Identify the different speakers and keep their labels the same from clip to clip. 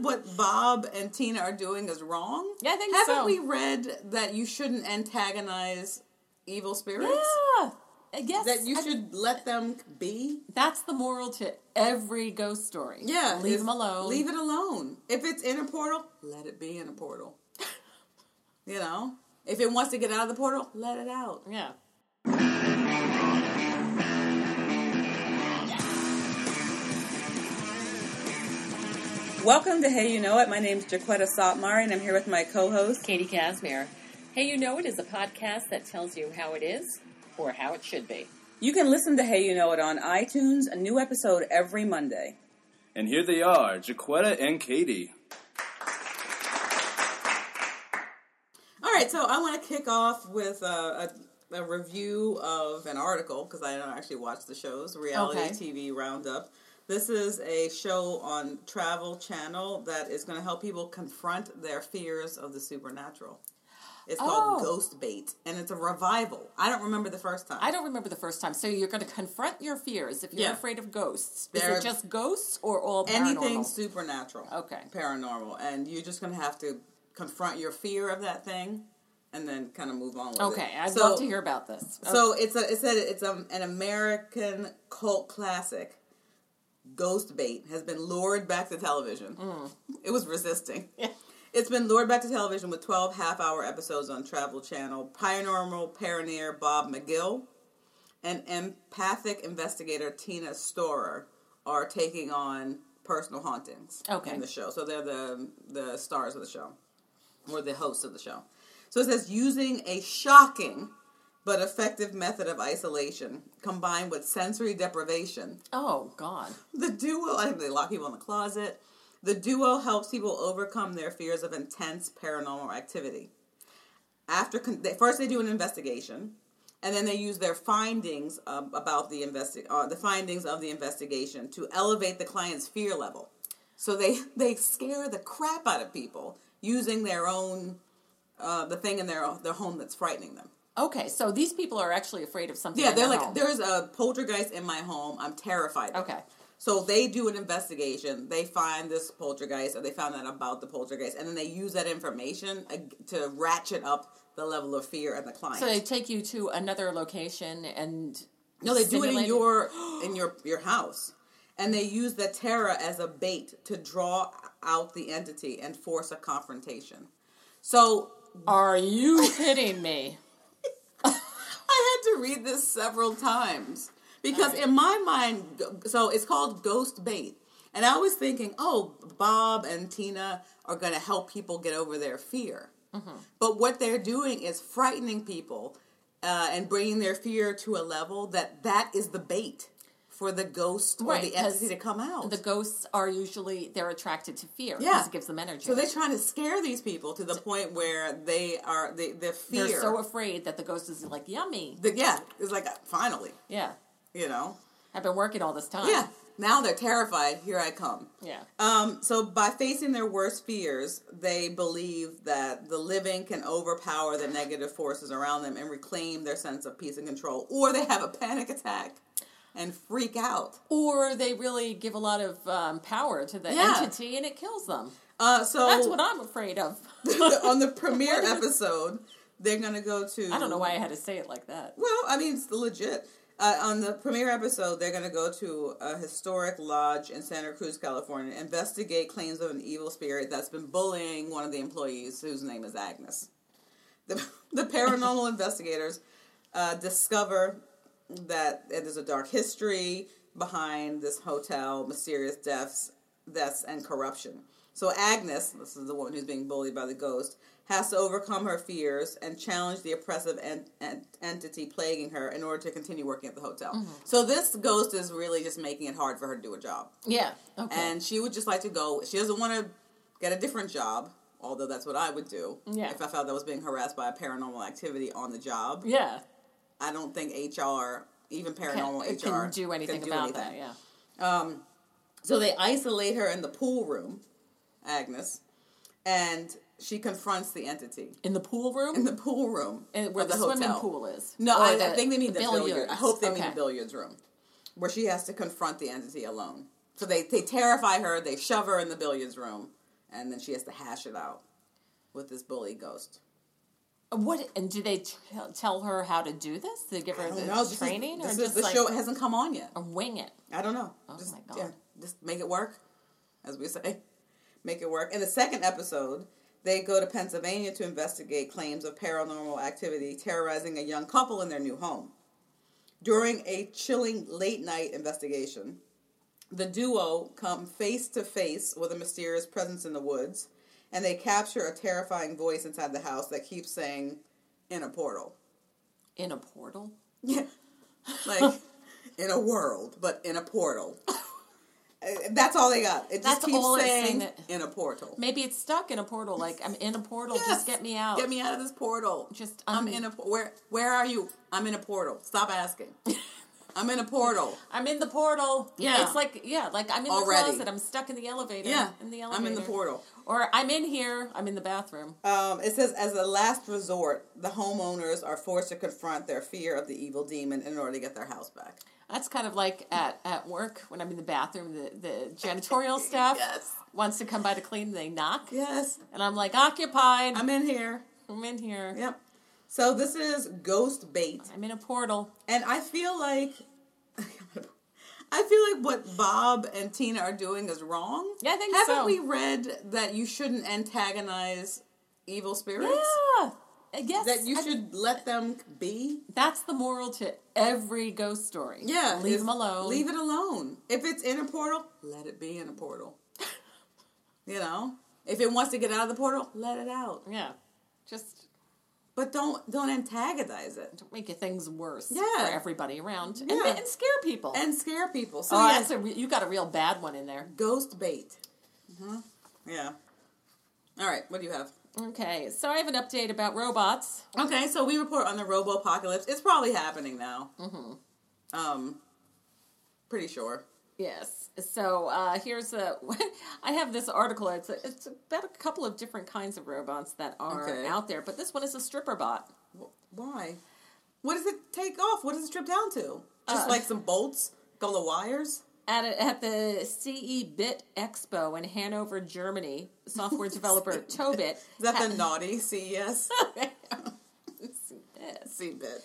Speaker 1: what Bob and Tina are doing is wrong?
Speaker 2: Yeah, I think
Speaker 1: Haven't
Speaker 2: so.
Speaker 1: we read that you shouldn't antagonize evil spirits?
Speaker 2: Yeah. I guess
Speaker 1: That you
Speaker 2: I-
Speaker 1: should let them be?
Speaker 2: that's the moral to every ghost story.
Speaker 1: Yeah.
Speaker 2: Leave
Speaker 1: is-
Speaker 2: them alone.
Speaker 1: Leave it alone. If it's in a portal, let it be in a portal. you know? If it wants to get out of the portal, let it out.
Speaker 2: Yeah.
Speaker 1: Welcome to Hey You Know It. My name's Jaquetta Sotmar, and I'm here with my co-host.
Speaker 3: Katie Casimir. Hey, you know it is a podcast that tells you how it is or how it should be.
Speaker 1: You can listen to Hey You Know It on iTunes, a new episode every Monday.
Speaker 4: And here they are, Jaquetta and Katie.
Speaker 1: All right, so I want to kick off with a, a, a review of an article because I don't actually watch the shows, Reality
Speaker 2: Okay.
Speaker 1: TV Roundup. This is a show on Travel Channel that is going to help people confront their fears of the supernatural. It's called
Speaker 2: Oh.
Speaker 1: Ghost Bait, and it's a revival. I don't remember the first time.
Speaker 2: I don't remember the first time. So you're going to confront your fears if you're
Speaker 1: Yeah.
Speaker 2: afraid of ghosts.
Speaker 1: There are-
Speaker 2: is it just ghosts or all paranormal?
Speaker 1: anything supernatural.
Speaker 2: Okay.
Speaker 1: Paranormal. And you're just going to have to confront your fear of that thing and then kind of move on with it.
Speaker 2: Okay, I'd love to hear about this.
Speaker 1: So it's a it's a it's a, an American cult classic. Ghost bait has been lured back to television. It was resisting. It's been lured back to television with 12 half hour episodes on Travel Channel. Paranormal pioneer Bob McGill and empathic investigator Tina Storer are taking on personal hauntings
Speaker 2: Okay.
Speaker 1: in the show. So they're the the stars of the show or the hosts of the show. So it says using a shocking but effective method of isolation combined with sensory deprivation.
Speaker 2: oh God,
Speaker 1: The duo, I think they lock people in the closet. The duo helps people overcome their fears of intense paranormal activity. After con- they, first, they do an investigation, and then they use their findings um, about the investi- uh, the findings of the investigation to elevate the client's fear level. So they they scare the crap out of people using their own uh, the thing in their their home that's frightening them.
Speaker 2: okay. So these people are actually afraid of something.
Speaker 1: Yeah,
Speaker 2: in
Speaker 1: they're
Speaker 2: their
Speaker 1: like,
Speaker 2: home.
Speaker 1: there's a poltergeist in my home. I'm terrified. of it."
Speaker 2: Okay.
Speaker 1: So they do an investigation. They find this poltergeist, or they found out about the poltergeist, and then they use that information ag- to ratchet up the level of fear and the client.
Speaker 2: So they take you to another location and
Speaker 1: no, they do it in
Speaker 2: simulate
Speaker 1: your in your your house, and they use the terror as a bait to draw out the entity and force a confrontation. So
Speaker 2: Are you kidding me?
Speaker 1: I had to read this several times because in my mind, go- so it's called Ghost Bait. And I was thinking, oh, Bob and Tina are going to help people get over their fear.
Speaker 2: Mm-hmm.
Speaker 1: But what they're doing is frightening people uh, and bringing their fear to a level that that is the bait for the ghost
Speaker 2: Right,
Speaker 1: or the
Speaker 2: 'cause
Speaker 1: entity to come out.
Speaker 2: The ghosts are usually they're attracted to fear. 'cause
Speaker 1: Yeah.
Speaker 2: it gives them energy.
Speaker 1: so they're trying to scare these people to the point where they are, they, their fear.
Speaker 2: They're so afraid that the ghost is like yummy.
Speaker 1: the, yeah, it's like, uh, finally,
Speaker 2: Yeah,
Speaker 1: you know?
Speaker 2: I've been working all this time.
Speaker 1: Yeah. Now they're terrified. Here I come.
Speaker 2: yeah.
Speaker 1: Um, so by facing their worst fears, they believe that the living can overpower the negative forces around them and reclaim their sense of peace and control, or they have a panic attack and freak out.
Speaker 2: Or they really give a lot of um, power to the
Speaker 1: Yeah.
Speaker 2: entity and it kills them.
Speaker 1: Uh, so
Speaker 2: That's what I'm afraid of.
Speaker 1: on the premiere episode, they're gonna go to.
Speaker 2: I don't know why I had to say it like that.
Speaker 1: Well, I mean, it's legit. Uh, on the premiere episode, they're going to go to a historic lodge in Santa Cruz, California, and investigate claims of an evil spirit that's been bullying one of the employees, whose name is Agnes. The, the paranormal investigators uh, discover that there's a dark history behind this hotel, mysterious deaths, deaths, and corruption. So Agnes, this is the woman who's being bullied by the ghost, has to overcome her fears and challenge the oppressive en- en- entity plaguing her in order to continue working at the hotel.
Speaker 2: Mm-hmm.
Speaker 1: So this ghost is really just making it hard for her to do a job
Speaker 2: Yeah. Okay.
Speaker 1: and she would just like to go. She doesn't want to get a different job, although that's what I would do
Speaker 2: Yeah.
Speaker 1: if I felt I was being harassed by a paranormal activity on the job.
Speaker 2: yeah.
Speaker 1: I don't think HR, even paranormal
Speaker 2: Can,
Speaker 1: HR,
Speaker 2: can do anything about that. Yeah.
Speaker 1: So they isolate her in the pool room, Agnes, and she confronts the entity
Speaker 2: In the pool room?
Speaker 1: in the pool room
Speaker 2: And where
Speaker 1: of
Speaker 2: the, swimming
Speaker 1: hotel.
Speaker 2: pool is.
Speaker 1: No,
Speaker 2: Or
Speaker 1: I, I think they mean the, billiards. I hope they mean
Speaker 2: Okay.
Speaker 1: the billiards room, where she has to confront the entity alone. So they, they terrify her. They shove her in the billiards room, and then she has to hash it out with this bully ghost.
Speaker 2: What and do they tell tell her how to do this? Do they give her
Speaker 1: I
Speaker 2: the
Speaker 1: don't know. This is-
Speaker 2: training
Speaker 1: this
Speaker 2: or
Speaker 1: is-
Speaker 2: just
Speaker 1: the
Speaker 2: like
Speaker 1: show hasn't come on yet.
Speaker 2: or wing it?
Speaker 1: I don't know.
Speaker 2: Oh
Speaker 1: just,
Speaker 2: my God.
Speaker 1: Yeah, just make it work, as we say. Make it work. In the second episode, they go to Pennsylvania to investigate claims of paranormal activity terrorizing a young couple in their new home. During a chilling late night investigation, the duo come face to face with a mysterious presence in the woods, and they capture a terrifying voice inside the house that keeps saying, in a portal.
Speaker 2: In a portal?
Speaker 1: Yeah. Like in a world, but in a portal. Uh, That's all they got. It just
Speaker 2: That's
Speaker 1: keeps
Speaker 2: all it's
Speaker 1: saying,
Speaker 2: saying that-
Speaker 1: in a portal.
Speaker 2: Maybe it's stuck in a portal. Like I'm in a portal.
Speaker 1: Yes.
Speaker 2: Just get me out.
Speaker 1: Get me out of this portal.
Speaker 2: Just,
Speaker 1: I'm,
Speaker 2: um,
Speaker 1: in a por- where where are you? I'm in a portal. Stop asking. I'm in a portal.
Speaker 2: I'm in the portal.
Speaker 1: Yeah.
Speaker 2: It's like yeah, like I'm in
Speaker 1: Already.
Speaker 2: the closet. I'm stuck in the elevator.
Speaker 1: Yeah.
Speaker 2: In the elevator.
Speaker 1: I'm in the portal.
Speaker 2: Or I'm in here. I'm in the bathroom.
Speaker 1: Um, it says, as a last resort, the homeowners are forced to confront their fear of the evil demon in order to get their house back.
Speaker 2: That's kind of like at, at work when I'm in the bathroom, the, the janitorial staff
Speaker 1: Yes.
Speaker 2: wants to come by to clean, they knock.
Speaker 1: Yes,
Speaker 2: And I'm like, occupied. I'm,
Speaker 1: I'm in here.
Speaker 2: in here.
Speaker 1: Yep. So this is Ghost Bait.
Speaker 2: I'm in a portal.
Speaker 1: And I feel like I feel like what Bob and Tina are doing is wrong.
Speaker 2: Yeah, I think
Speaker 1: Haven't
Speaker 2: so.
Speaker 1: we read that you shouldn't antagonize evil spirits?
Speaker 2: Yeah. Yes.
Speaker 1: That you
Speaker 2: I-
Speaker 1: should let them be?
Speaker 2: that's the moral to every ghost story.
Speaker 1: Yeah.
Speaker 2: Leave
Speaker 1: is-
Speaker 2: them alone.
Speaker 1: Leave it alone. If it's in a portal, let it be in a portal. you know? If it wants to get out of the portal, let it out.
Speaker 2: Yeah. Just
Speaker 1: But don't don't antagonize it.
Speaker 2: don't make your things worse
Speaker 1: Yeah.
Speaker 2: for everybody around. And,
Speaker 1: Yeah.
Speaker 2: and scare people.
Speaker 1: And scare people. So
Speaker 2: oh,
Speaker 1: yeah,
Speaker 2: that's a re- you got a real bad one in there.
Speaker 1: Ghost bait. hmm Yeah. All right. What do you have?
Speaker 2: Okay. So I have an update about robots.
Speaker 1: Okay, so we report on the robo apocalypse. It's probably happening now. Mm-hmm. Um, pretty sure.
Speaker 2: Yes. So uh, here's a. I have this article. It's a, it's about a couple of different kinds of robots that are
Speaker 1: Okay.
Speaker 2: out there, but this one is a stripper bot.
Speaker 1: Wh- Why? What does it take off? What does it strip down to? Just
Speaker 2: Uh,
Speaker 1: like some bolts, couple of wires.
Speaker 2: At, a, at the CE Bit Expo in Hanover, Germany, software developer
Speaker 1: E
Speaker 2: Tobit.
Speaker 1: Is that the naughty E CES?
Speaker 2: Yes.
Speaker 1: CBIT.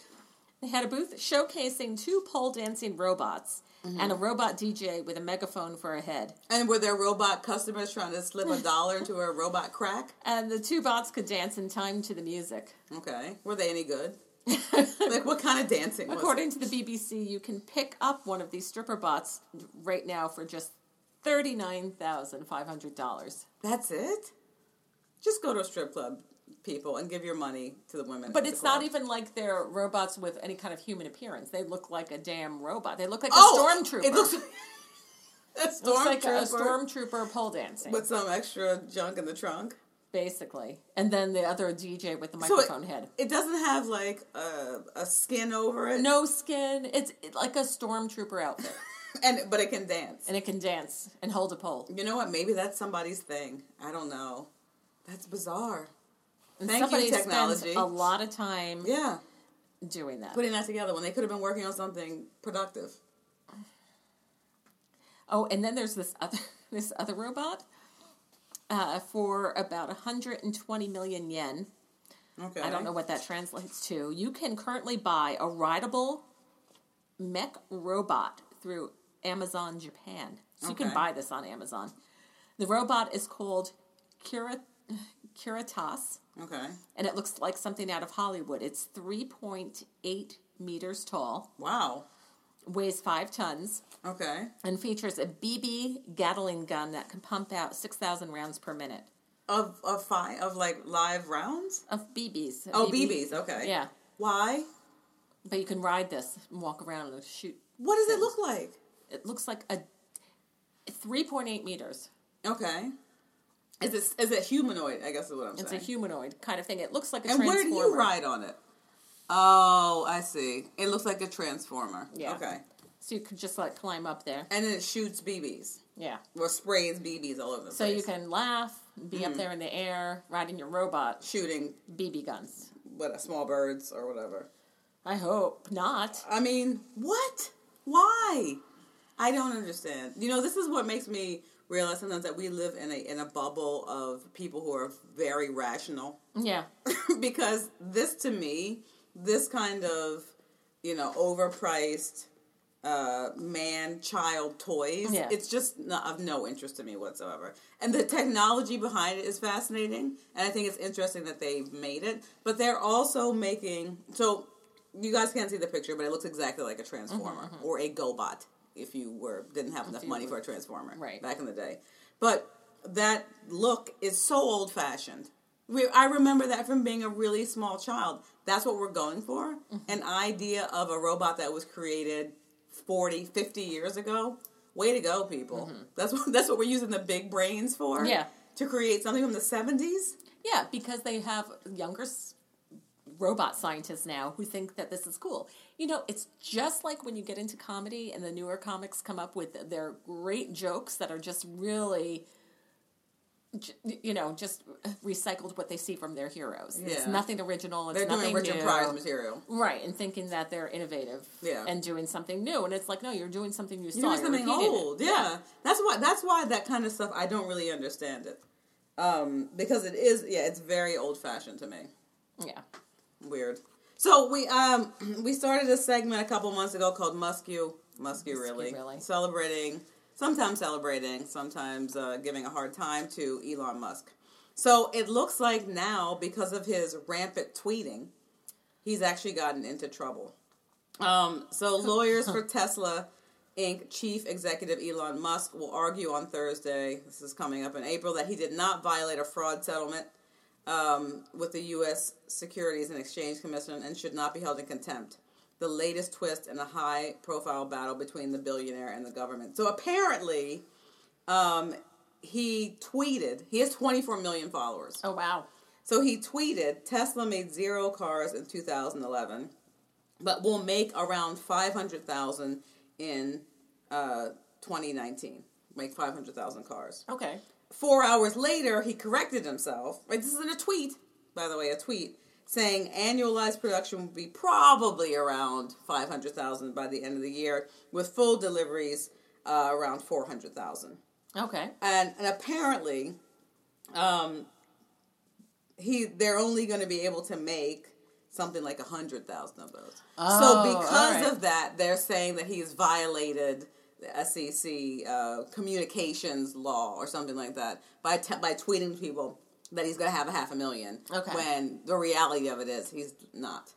Speaker 2: They had a booth showcasing two pole dancing robots and a robot DJ with a megaphone for a head.
Speaker 1: And were there robot customers trying to slip a dollar into a robot crack?
Speaker 2: And the two bots could dance in time to the music.
Speaker 1: Okay. Were they any good? like what kind of dancing? was it?
Speaker 2: According to the BBC, you can pick up one of these stripper bots right now for just $39,500.
Speaker 1: That's it? Just go to a strip club, people, and give your money to the women.
Speaker 2: But
Speaker 1: at the
Speaker 2: it's not
Speaker 1: club.
Speaker 2: even like they're robots with any kind of human appearance. They look like a damn robot. They look like a stormtrooper.
Speaker 1: Oh, It looks a
Speaker 2: It looks
Speaker 1: stormtrooper
Speaker 2: like a stormtrooper pole dancing,
Speaker 1: with some extra junk in the trunk.
Speaker 2: basically. And then the other DJ with the microphone
Speaker 1: it,
Speaker 2: head.
Speaker 1: It doesn't have like a, a skin over it.
Speaker 2: No skin. It's it- like a stormtrooper outfit.
Speaker 1: and but it can dance.
Speaker 2: and it can dance and hold a pole.
Speaker 1: you know what? Maybe that's somebody's thing. I don't know. That's bizarre.
Speaker 2: And
Speaker 1: Thank you,
Speaker 2: somebody
Speaker 1: technology.
Speaker 2: spends a lot of time
Speaker 1: Yeah,
Speaker 2: doing that.
Speaker 1: putting that together when they could have been working on something productive.
Speaker 2: Oh, and then there's this other this other robot uh, for about 120 million yen.
Speaker 1: Okay,
Speaker 2: I don't know what that translates to. You can currently buy a rideable mech robot through Amazon Japan. So you
Speaker 1: Okay.
Speaker 2: can buy this on Amazon. The robot is called Kira, Kiritas,
Speaker 1: Okay,
Speaker 2: and it looks like something out of Hollywood. It's 3.8 meters tall,
Speaker 1: wow.
Speaker 2: weighs 5 tons,
Speaker 1: Okay.
Speaker 2: and features a BB Gatling gun that can pump out 6,000 rounds per minute
Speaker 1: Of of five of like live rounds.
Speaker 2: of BBs.
Speaker 1: Oh,
Speaker 2: BB.
Speaker 1: BBs. Okay.
Speaker 2: Yeah.
Speaker 1: Why?
Speaker 2: But you can ride this and walk around and shoot.
Speaker 1: What does it look like?
Speaker 2: It looks like a 3.8 meters.
Speaker 1: Okay. Is it is it humanoid? I guess is what I'm
Speaker 2: It's a
Speaker 1: saying.
Speaker 2: humanoid kind of thing. It looks like a
Speaker 1: and where do
Speaker 2: transformer.
Speaker 1: you ride on it? Oh, I see. It looks like a transformer.
Speaker 2: Yeah.
Speaker 1: Okay.
Speaker 2: So you could just like climb up there.
Speaker 1: And then it shoots BBs
Speaker 2: Yeah.
Speaker 1: or sprays BBs all over the
Speaker 2: So
Speaker 1: place.
Speaker 2: you can laugh, be
Speaker 1: Mm-hmm.
Speaker 2: up there in the air, riding your robot
Speaker 1: shooting
Speaker 2: BB guns.
Speaker 1: what small birds or whatever.
Speaker 2: I hope not.
Speaker 1: I mean, what? Why? I don't understand. You know, this is what makes me realize sometimes that we live in a in a bubble of people who are very rational
Speaker 2: Yeah.
Speaker 1: because this to me, this kind of you know overpriced uh, man child toys,
Speaker 2: Yeah.
Speaker 1: it's just not, of no interest to me whatsoever. And the technology behind it is fascinating, and I think it's interesting that they've made it. But they're also making so you guys can't see the picture, but it looks exactly like a transformer
Speaker 2: Mm-hmm,
Speaker 1: or a GoBot if you were didn't have enough money for a transformer
Speaker 2: Right.
Speaker 1: back in the day. But that look is so old fashioned. We, I remember that from being a really small child. That's what we're going for.
Speaker 2: Mm-hmm.
Speaker 1: An idea of a robot that was created 40, 50 years ago. Way to go, people. That's what that's what we're using the big brains for.
Speaker 2: Mm-hmm. Yeah.
Speaker 1: To create something from the 70s.
Speaker 2: Yeah, because they have younger s- robot scientists now who think that this is cool. You know, it's just like when you get into comedy and the newer comics come up with their great jokes that are just really j- you know, just recycled what they see from their heroes. It's
Speaker 1: Yeah.
Speaker 2: nothing original. It's
Speaker 1: They're doing
Speaker 2: nothing
Speaker 1: Richard
Speaker 2: new.
Speaker 1: Pryor's material.
Speaker 2: Right, and thinking that they're innovative
Speaker 1: Yeah.
Speaker 2: and doing something new. And it's like, no, you're doing something you
Speaker 1: You're
Speaker 2: saw.
Speaker 1: doing something
Speaker 2: repeating it.
Speaker 1: old. Yeah. that's why. That's why that kind of stuff. I don't really understand it um, because it is. Yeah, it's very old fashioned to me.
Speaker 2: Yeah.
Speaker 1: Weird. So we um we started a segment a couple months ago called Muscu Muscu really
Speaker 2: Really.
Speaker 1: celebrating sometimes celebrating sometimes uh, giving a hard time to Elon Musk. So it looks like now because of his rampant tweeting, he's actually gotten into trouble. Um, so lawyers for Tesla Inc. chief executive Elon Musk will argue on Thursday. This is coming up in April that he did not violate a fraud settlement um, with the U.S. Securities and Exchange Commission and should not be held in contempt. The latest twist in a high profile battle between the billionaire and the government. So apparently, um, he tweeted, he has 24 million followers.
Speaker 2: Oh wow.
Speaker 1: So he tweeted Tesla made zero cars in 2011, but will make around 500,000 in uh, 2019. Make 500,000 cars.
Speaker 2: Okay.
Speaker 1: Four hours later, he corrected himself. Right, this isn't a tweet, by the way, a tweet saying annualized production will be probably around 500,000 by the end of the year, with full deliveries uh, around 400,000
Speaker 2: Okay.
Speaker 1: and, and apparently, um, he they're only going to be able to make something like a hundred thousand of those. so
Speaker 2: Oh,
Speaker 1: because
Speaker 2: alright.
Speaker 1: of that, they're saying that he's violated the SEC uh, communications law or something like that by t- by tweeting to people that he's going to have a half a million.
Speaker 2: Okay.
Speaker 1: When the reality of it is he's not.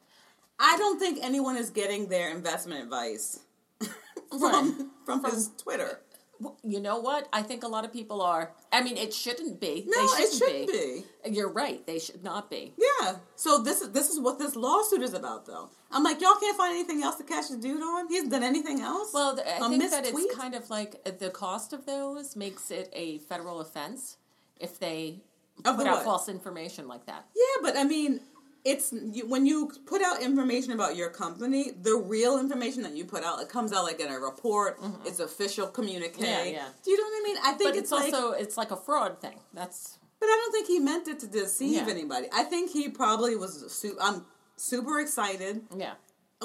Speaker 1: I don't think anyone is getting their investment advice
Speaker 2: Right.
Speaker 1: from from, from Twitter.
Speaker 2: Well, you know what? I think a lot of people are. I mean, it shouldn't be.
Speaker 1: No,
Speaker 2: they
Speaker 1: it
Speaker 2: shouldn't
Speaker 1: shouldn't
Speaker 2: be.
Speaker 1: be.
Speaker 2: You're right. They should not be.
Speaker 1: Yeah. So this is this is what this lawsuit is about, though. I'm like, y'all can't find anything else to catch the dude on. He hasn't done anything else.
Speaker 2: Well, th- I
Speaker 1: A
Speaker 2: think
Speaker 1: missed
Speaker 2: that
Speaker 1: tweet?
Speaker 2: it's kind of like the cost of those makes it a federal offense if they
Speaker 1: Of the
Speaker 2: put out
Speaker 1: what?
Speaker 2: false information like that.
Speaker 1: yeah, but I mean, it's you, when you put out information about your company, the real information that you put out, it comes out like in a report. It's official communique.
Speaker 2: Mm-hmm. Yeah, yeah.
Speaker 1: Do you know what I mean? I think
Speaker 2: But
Speaker 1: it's,
Speaker 2: it's,
Speaker 1: like,
Speaker 2: also it's like a fraud thing. That's
Speaker 1: but I don't think he meant it to deceive
Speaker 2: Yeah.
Speaker 1: anybody. I think he probably was. Su- I'm super excited.
Speaker 2: yeah.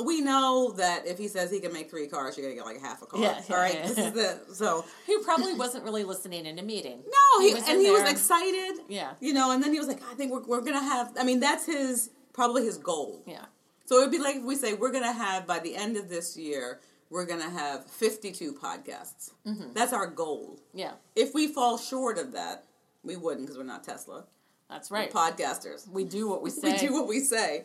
Speaker 1: We know that if he says he can make three cars, you're gonna get like half a car.
Speaker 2: Yeah, yeah,
Speaker 1: all right,
Speaker 2: yeah.
Speaker 1: this is the so.
Speaker 2: He probably wasn't really listening in a meeting.
Speaker 1: No, he,
Speaker 2: in
Speaker 1: and he was
Speaker 2: there.
Speaker 1: excited.
Speaker 2: Yeah.
Speaker 1: You know, and then he was like, I think we're, we're going to have, I mean, that's his, probably his goal.
Speaker 2: Yeah.
Speaker 1: So it would be like if we say, we're going to have, by the end of this year, we're going to have 52 podcasts.
Speaker 2: Mm-hmm.
Speaker 1: That's our goal.
Speaker 2: Yeah.
Speaker 1: If we fall short of that, we wouldn't because we're not Tesla.
Speaker 2: That's right.
Speaker 1: Podcasters.
Speaker 2: we do what we say.
Speaker 1: We do what we say.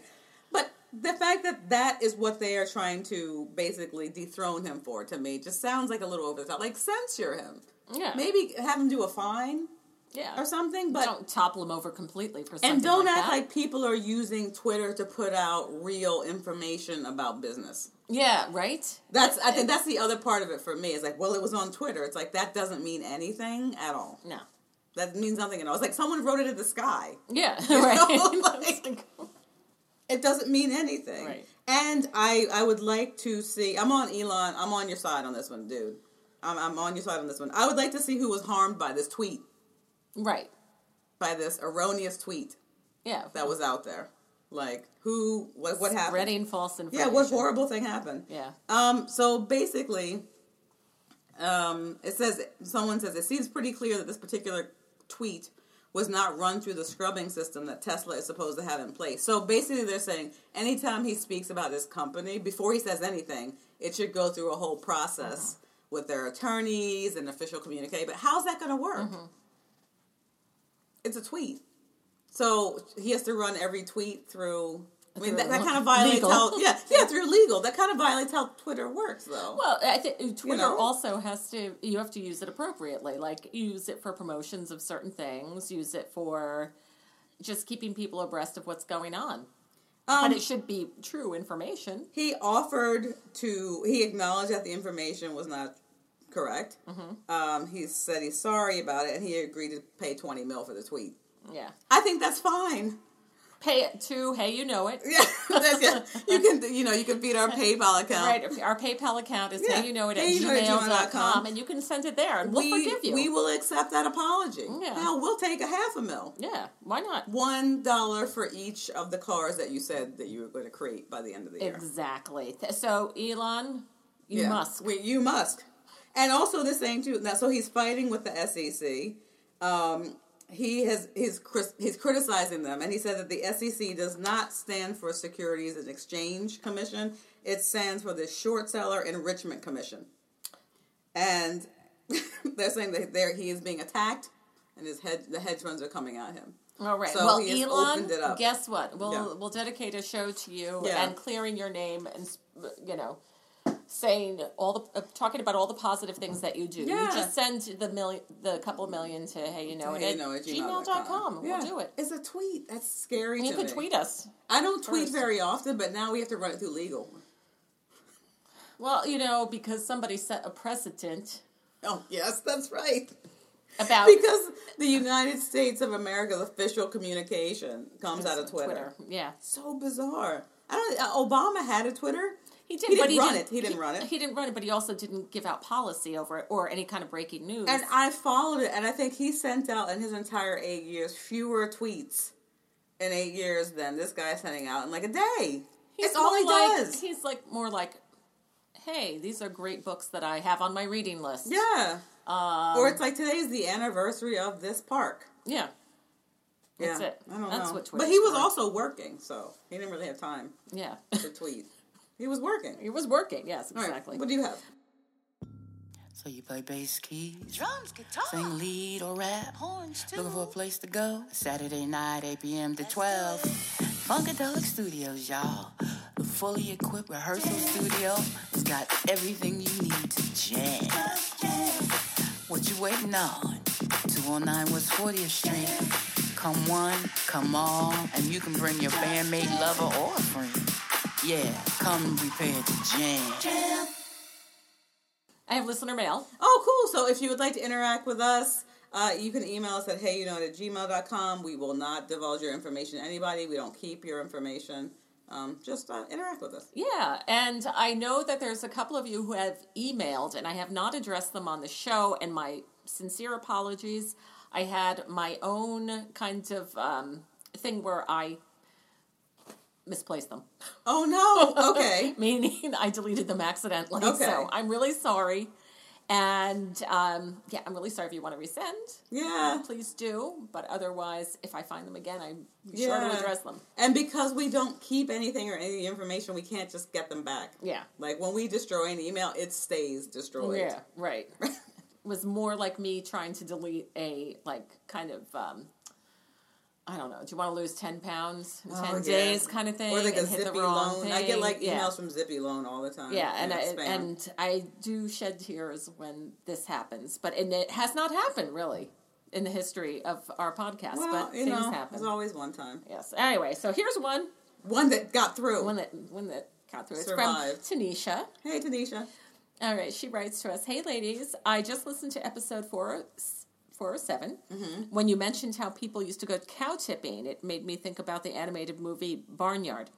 Speaker 1: But the fact that that is what they are trying to basically dethrone him for, to me, just sounds like a little over the top. Like, censure him.
Speaker 2: yeah.
Speaker 1: Maybe have him do a fine
Speaker 2: yeah.
Speaker 1: or something, but
Speaker 2: don't topple them over completely for something
Speaker 1: and don't
Speaker 2: like
Speaker 1: act
Speaker 2: that.
Speaker 1: like people are using Twitter to put out real information about business.
Speaker 2: yeah right
Speaker 1: That's I think that's the other part of it for me. It's like, well, it was on Twitter. It's like that doesn't mean anything at all.
Speaker 2: no
Speaker 1: That means nothing at all. It's like someone wrote it in the sky.
Speaker 2: yeah
Speaker 1: know,
Speaker 2: right
Speaker 1: It doesn't mean anything.
Speaker 2: Right.
Speaker 1: And I I would like to see. I'm on Elon. I'm on your side on this one, dude. I'm, I'm on your side on this one. I would like to see who was harmed by this tweet,
Speaker 2: right
Speaker 1: by this erroneous tweet
Speaker 2: yeah
Speaker 1: that was out there. Like who? What? What happened?
Speaker 2: spreading false information
Speaker 1: Yeah, what horrible thing happened?
Speaker 2: yeah
Speaker 1: Um, so basically, Um, it says someone says it seems pretty clear that this particular tweet was not run through the scrubbing system that Tesla is supposed to have in place. So basically, they're saying anytime he speaks about his company, before he says anything, it should go through a whole process with their attorneys and official communique. But how's that going to work? It's a tweet, so he has to run every tweet through. I mean, that, that kind of violates
Speaker 2: Legal.
Speaker 1: how yeah yeah through legal. That kind of violates how Twitter works, though.
Speaker 2: Well, I think Twitter
Speaker 1: know?
Speaker 2: also has to. You have to use it appropriately. Like use it for promotions of certain things. Use it for just keeping people abreast of what's going on.
Speaker 1: Um,
Speaker 2: but it should be true information.
Speaker 1: He offered to. He acknowledged that the information was not correct.
Speaker 2: Mm-hmm.
Speaker 1: Um, he said he's sorry about it, and he agreed to pay twenty mil for the tweet.
Speaker 2: Yeah.
Speaker 1: I think that's fine.
Speaker 2: Pay it to hey, you know it.
Speaker 1: Yeah, that's, yeah. you can you know you can feed our PayPal account.
Speaker 2: Right. Our PayPal account is
Speaker 1: Yeah.
Speaker 2: hey, you know it at
Speaker 1: Hey, you know it at
Speaker 2: gmail.com,
Speaker 1: gmail.com.
Speaker 2: and you can send it there, and we'll
Speaker 1: We
Speaker 2: forgive you.
Speaker 1: we will accept that apology.
Speaker 2: Yeah.
Speaker 1: Now we'll take a half a mil.
Speaker 2: yeah. Why not?
Speaker 1: One dollar for each of the cars that you said that you were going to create by the end of the year.
Speaker 2: Exactly. Th- So Elon, you
Speaker 1: Yeah.
Speaker 2: must.
Speaker 1: We, you must. And also this thing too. Now, so he's fighting with the SEC. Um, he has he's cris- he's criticizing them, and he said that the SEC does not stand for Securities and Exchange Commission. It stands for the Short Seller Enrichment Commission. And they're saying that there he is being attacked, and his head the hedge funds are coming at him.
Speaker 2: All right.
Speaker 1: So
Speaker 2: well,
Speaker 1: he has
Speaker 2: Elon,
Speaker 1: opened it up.
Speaker 2: guess what? We'll
Speaker 1: Yeah.
Speaker 2: we'll dedicate a show to you
Speaker 1: Yeah.
Speaker 2: and clearing your name and you know saying all the uh, talking about all the positive things that you do. You
Speaker 1: Yeah.
Speaker 2: just send the million the couple million to hey you know it
Speaker 1: Hey,
Speaker 2: at
Speaker 1: you know, at
Speaker 2: gmail.com.
Speaker 1: gmail.com.
Speaker 2: We'll
Speaker 1: Yeah.
Speaker 2: do it.
Speaker 1: It's a tweet. That's scary.
Speaker 2: You
Speaker 1: to
Speaker 2: can
Speaker 1: me.
Speaker 2: tweet us.
Speaker 1: I don't tweet
Speaker 2: first.
Speaker 1: very often, but now we have to run it through legal.
Speaker 2: Well, you know because somebody set a precedent
Speaker 1: Oh yes, that's right.
Speaker 2: about
Speaker 1: because the United States of America's official communication comes out of Twitter.
Speaker 2: Yeah,
Speaker 1: So bizarre. I don't. Uh, Obama had a Twitter.
Speaker 2: he did.
Speaker 1: He
Speaker 2: but
Speaker 1: didn't run
Speaker 2: didn't-
Speaker 1: it. He didn't run it.
Speaker 2: He didn't run it, but he also didn't give out policy over it or any kind of breaking news.
Speaker 1: And I followed it, and I think he sent out in his entire eight years fewer tweets in eight years than this guy's sending out in like a day.
Speaker 2: He's
Speaker 1: it's all
Speaker 2: more
Speaker 1: he
Speaker 2: like,
Speaker 1: does.
Speaker 2: He's like more like, hey, these are great books that I have on my reading list.
Speaker 1: yeah. or
Speaker 2: Um,
Speaker 1: it's like today's the anniversary of this park.
Speaker 2: yeah. That's
Speaker 1: yeah.
Speaker 2: it.
Speaker 1: I don't
Speaker 2: That's
Speaker 1: know.
Speaker 2: what
Speaker 1: But he
Speaker 2: Twitter's
Speaker 1: was
Speaker 2: for.
Speaker 1: also working, so he didn't really have time
Speaker 2: Yeah,
Speaker 1: to tweet. he was working.
Speaker 2: it was working. Yes,
Speaker 1: All right,
Speaker 2: exactly.
Speaker 1: What do you have?
Speaker 5: So you play bass keys,
Speaker 6: Drums, guitar,
Speaker 5: sing lead or rap,
Speaker 6: horns too.
Speaker 5: looking for a place to go. Saturday night, 8 p.m. to 12. Funkadelic Studios, y'all. The fully equipped rehearsal studio has got everything you need to jam. What you waiting on? 209 West 40th Street. Come one, come all, and you can bring your bandmate, lover, or a friend. Yeah, come prepared to jam.
Speaker 2: I have listener mail.
Speaker 1: Oh, cool. So if you would like to interact with us, uh, you can email us at heyyouknow at gmail.com. We will not divulge your information to anybody. We don't keep your information. Um, just uh, interact with us.
Speaker 2: Yeah, and I know that there's a couple of you who have emailed, and I have not addressed them on the show. And my sincere apologies. I had my own kind of um, thing where I misplaced them.
Speaker 1: Oh, no. Okay.
Speaker 2: meaning I deleted them accidentally.
Speaker 1: Okay.
Speaker 2: So I'm really sorry. And um, yeah, I'm really sorry if you want to resend.
Speaker 1: Yeah.
Speaker 2: Please do. But otherwise, if I find them again, I'm sure to
Speaker 1: Yeah.
Speaker 2: address them.
Speaker 1: And because we don't keep anything or any information, we can't just get them back.
Speaker 2: Yeah.
Speaker 1: Like when we destroy an email, it stays destroyed.
Speaker 2: Yeah, right. it was more like me trying to delete a, like, kind of. Um, I don't know. Do you want to lose ten pounds in
Speaker 1: Oh,
Speaker 2: ten
Speaker 1: yeah.
Speaker 2: days, kind of thing,
Speaker 1: Or like a
Speaker 2: and hit
Speaker 1: Zippy
Speaker 2: the wrong
Speaker 1: loan.
Speaker 2: thing?
Speaker 1: I get like emails
Speaker 2: Yeah.
Speaker 1: from Zippy loan all the time.
Speaker 2: Yeah, and I,
Speaker 1: it's spam.
Speaker 2: and I do shed tears when this happens, but and it has not happened really in the history of our podcast.
Speaker 1: well,
Speaker 2: but
Speaker 1: you
Speaker 2: things
Speaker 1: know,
Speaker 2: happen.
Speaker 1: there's always one time.
Speaker 2: yes. Anyway, so here's one
Speaker 1: One that got through.
Speaker 2: one that one that got through. It's
Speaker 1: Survived.
Speaker 2: from Tanisha.
Speaker 1: Hey, Tanisha.
Speaker 2: All right, she writes to us, "Hey ladies, I just listened to episode four four or 7 When you mentioned how people used to go cow tipping, it made me think about the animated movie Barnyard.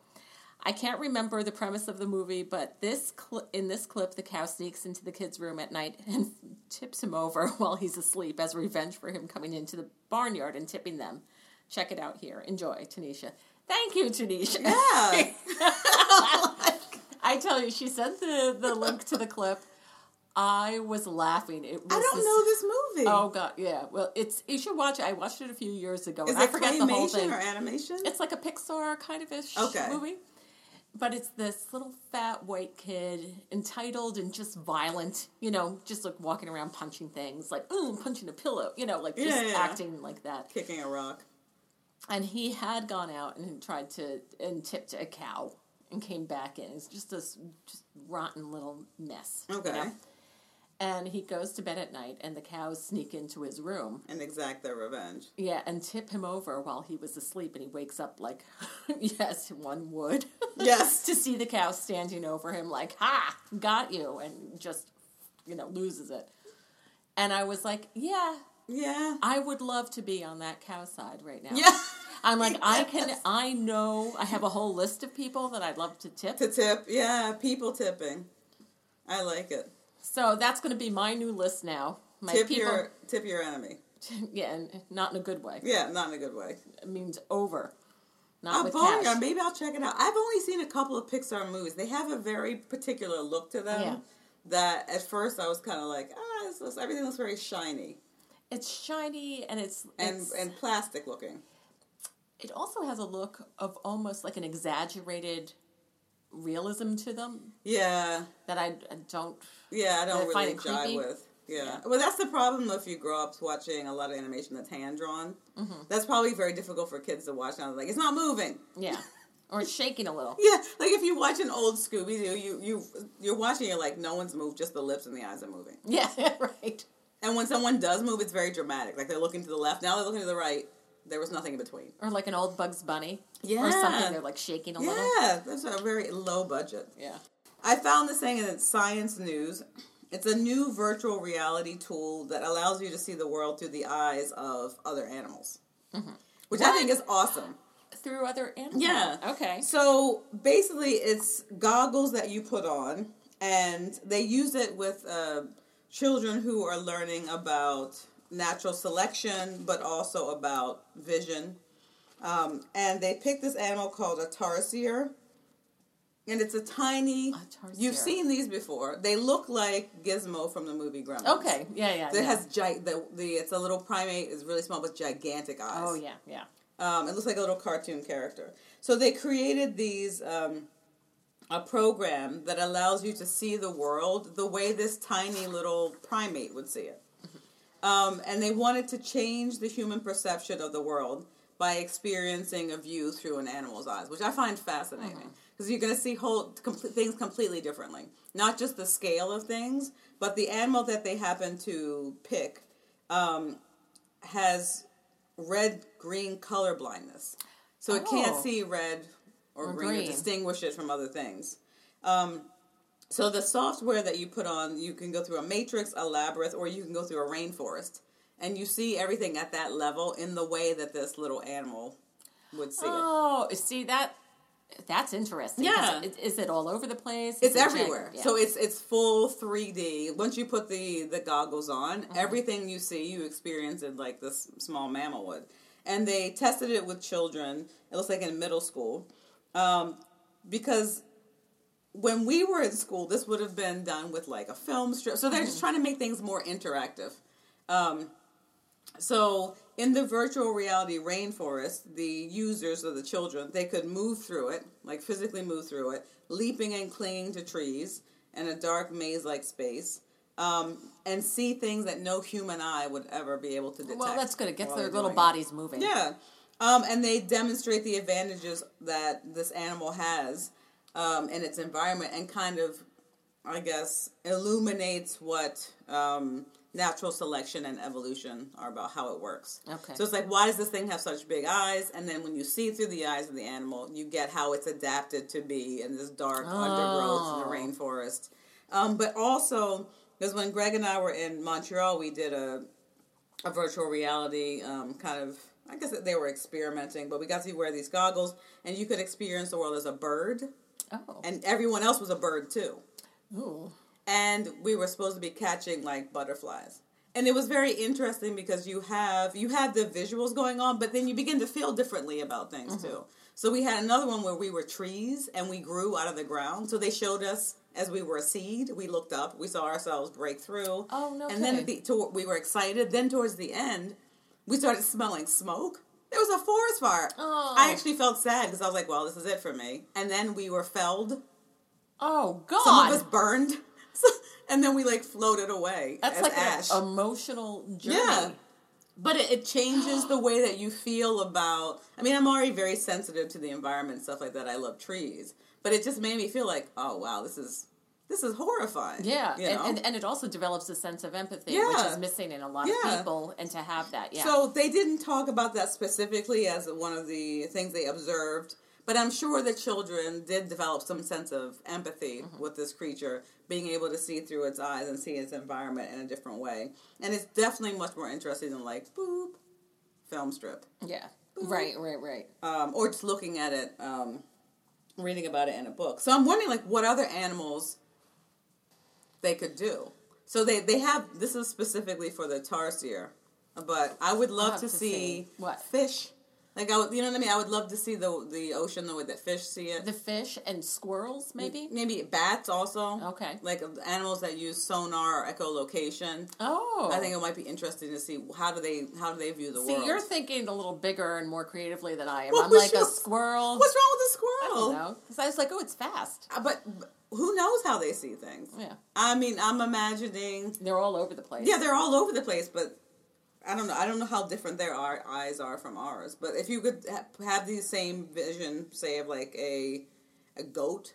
Speaker 2: I can't remember the premise of the movie, but this cl- in this clip, the cow sneaks into the kid's room at night and tips him over while he's asleep as revenge for him coming into the barnyard and tipping them. Check it out here. Enjoy, Tanisha. Thank you, Tanisha.
Speaker 1: Yeah.
Speaker 2: I tell you, she sent the, the link to the clip. I was laughing. It was
Speaker 1: I don't
Speaker 2: this-
Speaker 1: know this movie.
Speaker 2: Oh god, yeah. Well, it's you should watch it. I watched it a few years ago.
Speaker 1: is
Speaker 2: and I
Speaker 1: it
Speaker 2: forget the whole
Speaker 1: claymation
Speaker 2: thing.
Speaker 1: or animation?
Speaker 2: It's like a Pixar kind of ish
Speaker 1: Okay.
Speaker 2: movie. But it's this little fat white kid, entitled and just violent, you know, just like walking around punching things, like, ooh, punching a pillow, you know, like just
Speaker 1: Yeah, yeah, yeah.
Speaker 2: acting like that.
Speaker 1: Kicking a rock.
Speaker 2: And he had gone out and tried to, and tipped a cow and came back in. It's just this just rotten little mess. you
Speaker 1: Okay.
Speaker 2: know? And he goes to bed at night, and the cows sneak into his room
Speaker 1: And exact their revenge.
Speaker 2: yeah, and tip him over while he was asleep, and he wakes up like, yes, one would.
Speaker 1: Yes.
Speaker 2: to see the cow standing over him, like, ha, got you, and just, you know, loses it. And I was like, yeah,
Speaker 1: Yeah.
Speaker 2: I would love to be on that cow side right now.
Speaker 1: Yeah.
Speaker 2: I'm like, I can, I know, I have a whole list of people that I'd love to tip.
Speaker 1: To tip. Yeah. People tipping. I like it.
Speaker 2: So that's going to be my new list now. My
Speaker 1: tip
Speaker 2: people,
Speaker 1: your tip your enemy.
Speaker 2: yeah, and not in a good way.
Speaker 1: Yeah, not in a good way.
Speaker 2: It means over, not
Speaker 1: I'm
Speaker 2: with
Speaker 1: following
Speaker 2: cash.
Speaker 1: her. Maybe I'll check it out. I've only seen a couple of Pixar movies. They have a very particular look to them.
Speaker 2: Yeah.
Speaker 1: That at first I was kind of like, ah, this looks, everything looks very shiny
Speaker 2: It's shiny and it's
Speaker 1: and
Speaker 2: it's-
Speaker 1: and plastic looking.
Speaker 2: it also has a look of almost like an exaggerated realism to them
Speaker 1: Yeah,
Speaker 2: that I, I don't.
Speaker 1: yeah, I don't
Speaker 2: They find
Speaker 1: really
Speaker 2: it
Speaker 1: jive
Speaker 2: creepy?
Speaker 1: with. Yeah.
Speaker 2: Yeah.
Speaker 1: well, that's the problem though. If you grow up watching a lot of animation that's hand drawn,
Speaker 2: Mm-hmm.
Speaker 1: that's probably very difficult for kids to watch. Now, like it's not moving.
Speaker 2: Yeah, or it's shaking a little.
Speaker 1: Yeah, like if you watch an old Scooby Doo, you you you're watching, you're like, no one's moved, just the lips and the eyes are moving.
Speaker 2: Yeah, right.
Speaker 1: And when someone does move, it's very dramatic. Like they're looking to the left, now they're looking to the right. There was nothing in between.
Speaker 2: Or like an old Bugs Bunny.
Speaker 1: Yeah.
Speaker 2: Or something. They're like shaking a little.
Speaker 1: Yeah, that's a very low budget.
Speaker 2: Yeah.
Speaker 1: I found this thing in Science News. It's a new virtual reality tool that allows you to see the world through the eyes of other animals, which I think is awesome.
Speaker 2: Through other animals.
Speaker 1: Yeah.
Speaker 2: Okay.
Speaker 1: So basically, it's goggles that you put on, and they use it with uh, children who are learning about natural selection, but also about vision. Um, and they picked this animal called a tarsier, and it's a tiny.
Speaker 2: tarsier.
Speaker 1: You've seen these before. They look like Gizmo from the movie Gremlins.
Speaker 2: Okay. Yeah. Yeah.
Speaker 1: It
Speaker 2: yeah.
Speaker 1: has gi- the, the it's a little primate is really small with gigantic eyes.
Speaker 2: Oh yeah. Yeah.
Speaker 1: Um, it looks like a little cartoon character. So they created these um, a program that allows you to see the world the way this tiny little primate would see it. Um, and they wanted to change the human perception of the world by experiencing a view through an animal's eyes, which I find fascinating because you're going to see whole complete things completely differently. Not just the scale of things, but the animal that they happen to pick um, has red green color blindness. So it can't
Speaker 2: Oh.
Speaker 1: see red or,
Speaker 2: Or
Speaker 1: green,
Speaker 2: green.
Speaker 1: to distinguish it from other things. Um, so the software that you put on, you can go through a matrix, a labyrinth, or you can go through a rainforest, and you see everything at that level in the way that this little animal would see it.
Speaker 2: Oh, see that. That's interesting. 'cause
Speaker 1: Yeah.
Speaker 2: it- Is it all over the place? Is
Speaker 1: It's
Speaker 2: it
Speaker 1: everywhere.
Speaker 2: jagged? Yeah.
Speaker 1: So it's it's full 3D. Once you put the the goggles on, everything you see, you experience it like this small mammal would. And they tested it with children. It looks like in middle school, um, because when we were in school, this would have been done with like a film strip. So they're just trying to make things more interactive. Um, so in the virtual reality rainforest, the users or the children they could move through it, like physically move through it, leaping and clinging to trees in a dark maze-like space, um, and see things that no human eye would ever be able to detect.
Speaker 2: well, that's good. It gets
Speaker 1: while
Speaker 2: their
Speaker 1: they're
Speaker 2: little
Speaker 1: doing it.
Speaker 2: bodies moving.
Speaker 1: Yeah. Um, and they demonstrate the advantages that this animal has um, in its environment and kind of, I guess, illuminates what um, natural selection and evolution are about, how it works.
Speaker 2: Okay.
Speaker 1: So it's like, why does this thing have such big eyes? And then when you see through the eyes of the animal, you get how it's adapted to be in this dark undergrowth in the rainforest. Um, but also, because when Greg and I were in Montreal, we did a a virtual reality um, kind of i guess that they were experimenting but we got to wear these goggles and you could experience the world as a bird
Speaker 2: Oh.
Speaker 1: and everyone else was a bird too
Speaker 2: Ooh.
Speaker 1: and we were supposed to be catching like butterflies and it was very interesting because you have you have the visuals going on but then you begin to feel differently about
Speaker 2: Mm-hmm.
Speaker 1: things too so we had another one where we were trees and we grew out of the ground so they showed us as we were a seed, we looked up, we saw ourselves break through.
Speaker 2: Oh, no
Speaker 1: And then
Speaker 2: kidding.
Speaker 1: the, to, we were excited. Then towards the end, we started smelling smoke. There was a forest fire.
Speaker 2: Oh.
Speaker 1: I actually felt sad because I was like, "Well, this is it for me." And then we were felled.
Speaker 2: Oh God.
Speaker 1: Some of us burned, and then we like floated away
Speaker 2: That's
Speaker 1: as
Speaker 2: like
Speaker 1: ash.
Speaker 2: an emotional journey.
Speaker 1: Yeah. But it, it changes the way that you feel about. I mean, I'm already very sensitive to the environment and stuff like that. I love trees, but it just made me feel like, oh wow, this is this is horrifying.
Speaker 2: Yeah,
Speaker 1: you know?
Speaker 2: and, and, and it also develops a sense of empathy, which
Speaker 1: Yeah.
Speaker 2: is missing in a lot
Speaker 1: Yeah.
Speaker 2: of people, and to have that, yeah.
Speaker 1: so they didn't talk about that specifically as one of the things they observed. But I'm sure the children did develop some sense of empathy with this creature, being able to see through its eyes and see its environment in a different way. And it's definitely much more interesting than like boop film strip.
Speaker 2: yeah,
Speaker 1: mm-hmm.
Speaker 2: right, right, right.
Speaker 1: um, or just looking at it, um, reading about it in a book. So I'm wondering, like, what other animals they could do. So they they have this is specifically for the tarsier, but I would love
Speaker 2: have
Speaker 1: to,
Speaker 2: to
Speaker 1: see,
Speaker 2: see what?
Speaker 1: fish. Like I, would, you know what I mean. I would love to see the the ocean the way that fish see it.
Speaker 2: The fish and squirrels,
Speaker 1: Mm-hmm.
Speaker 2: maybe.
Speaker 1: Maybe bats also.
Speaker 2: Okay.
Speaker 1: Like animals that use sonar or echolocation.
Speaker 2: Oh,
Speaker 1: I think it might be interesting to see how do they how do they view the
Speaker 2: see,
Speaker 1: world.
Speaker 2: you're thinking a little bigger and more creatively than I am.
Speaker 1: What
Speaker 2: I'm
Speaker 1: was
Speaker 2: like
Speaker 1: your-
Speaker 2: a squirrel.
Speaker 1: What's wrong with a
Speaker 2: I
Speaker 1: squirrel?
Speaker 2: don't know. 'Cause I was like, oh, it's fast.
Speaker 1: Uh, but but who knows how they see things?
Speaker 2: Yeah,
Speaker 1: I mean, I'm imagining.
Speaker 2: they're all over the place.
Speaker 1: Yeah, they're all over the place, but I don't know. I don't know how different their our eyes are from ours. But if you could ha- have the same vision, say of like a a goat,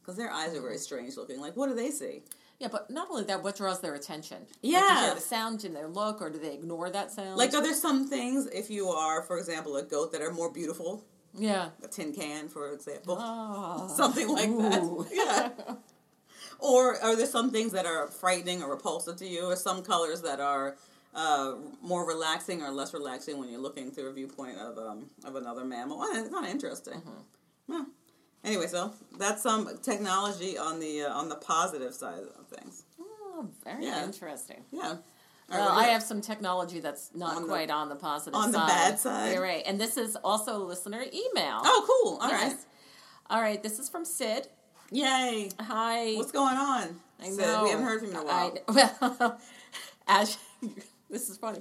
Speaker 1: because their eyes are very strange looking. Like, what do they see?
Speaker 2: yeah, but not only that, what draws their attention? Like, do you
Speaker 1: Yeah.
Speaker 2: hear the sound in their look, or do they ignore that sound?
Speaker 1: Like, are there some things if you are, for example, a goat that are more beautiful?
Speaker 2: yeah.
Speaker 1: A tin can, for example,
Speaker 2: Oh.
Speaker 1: something like
Speaker 2: Ooh.
Speaker 1: that. Yeah. or are there some things that are frightening or repulsive to you, or some colors that are uh, more relaxing or less relaxing when you're looking through a viewpoint of um, of another mammal? Well, it's kind of interesting.
Speaker 2: Mm-hmm.
Speaker 1: Yeah. Anyway, so that's some technology on the uh, on the positive side of things.
Speaker 2: Oh, very
Speaker 1: Yeah.
Speaker 2: interesting.
Speaker 1: Yeah. All right,
Speaker 2: Well,
Speaker 1: what do
Speaker 2: I
Speaker 1: you-
Speaker 2: have some technology that's not
Speaker 1: On the-
Speaker 2: quite on the positive
Speaker 1: on
Speaker 2: side.
Speaker 1: the bad side.
Speaker 2: You're right. And this is also listener email.
Speaker 1: Oh, cool. All right.
Speaker 2: Yes. All right. This is from Sid.
Speaker 1: Yay.
Speaker 2: Hi.
Speaker 1: What's going on?
Speaker 2: I
Speaker 1: Sid?
Speaker 2: know.
Speaker 1: we haven't heard from you in a while.
Speaker 2: I- well, as this is funny.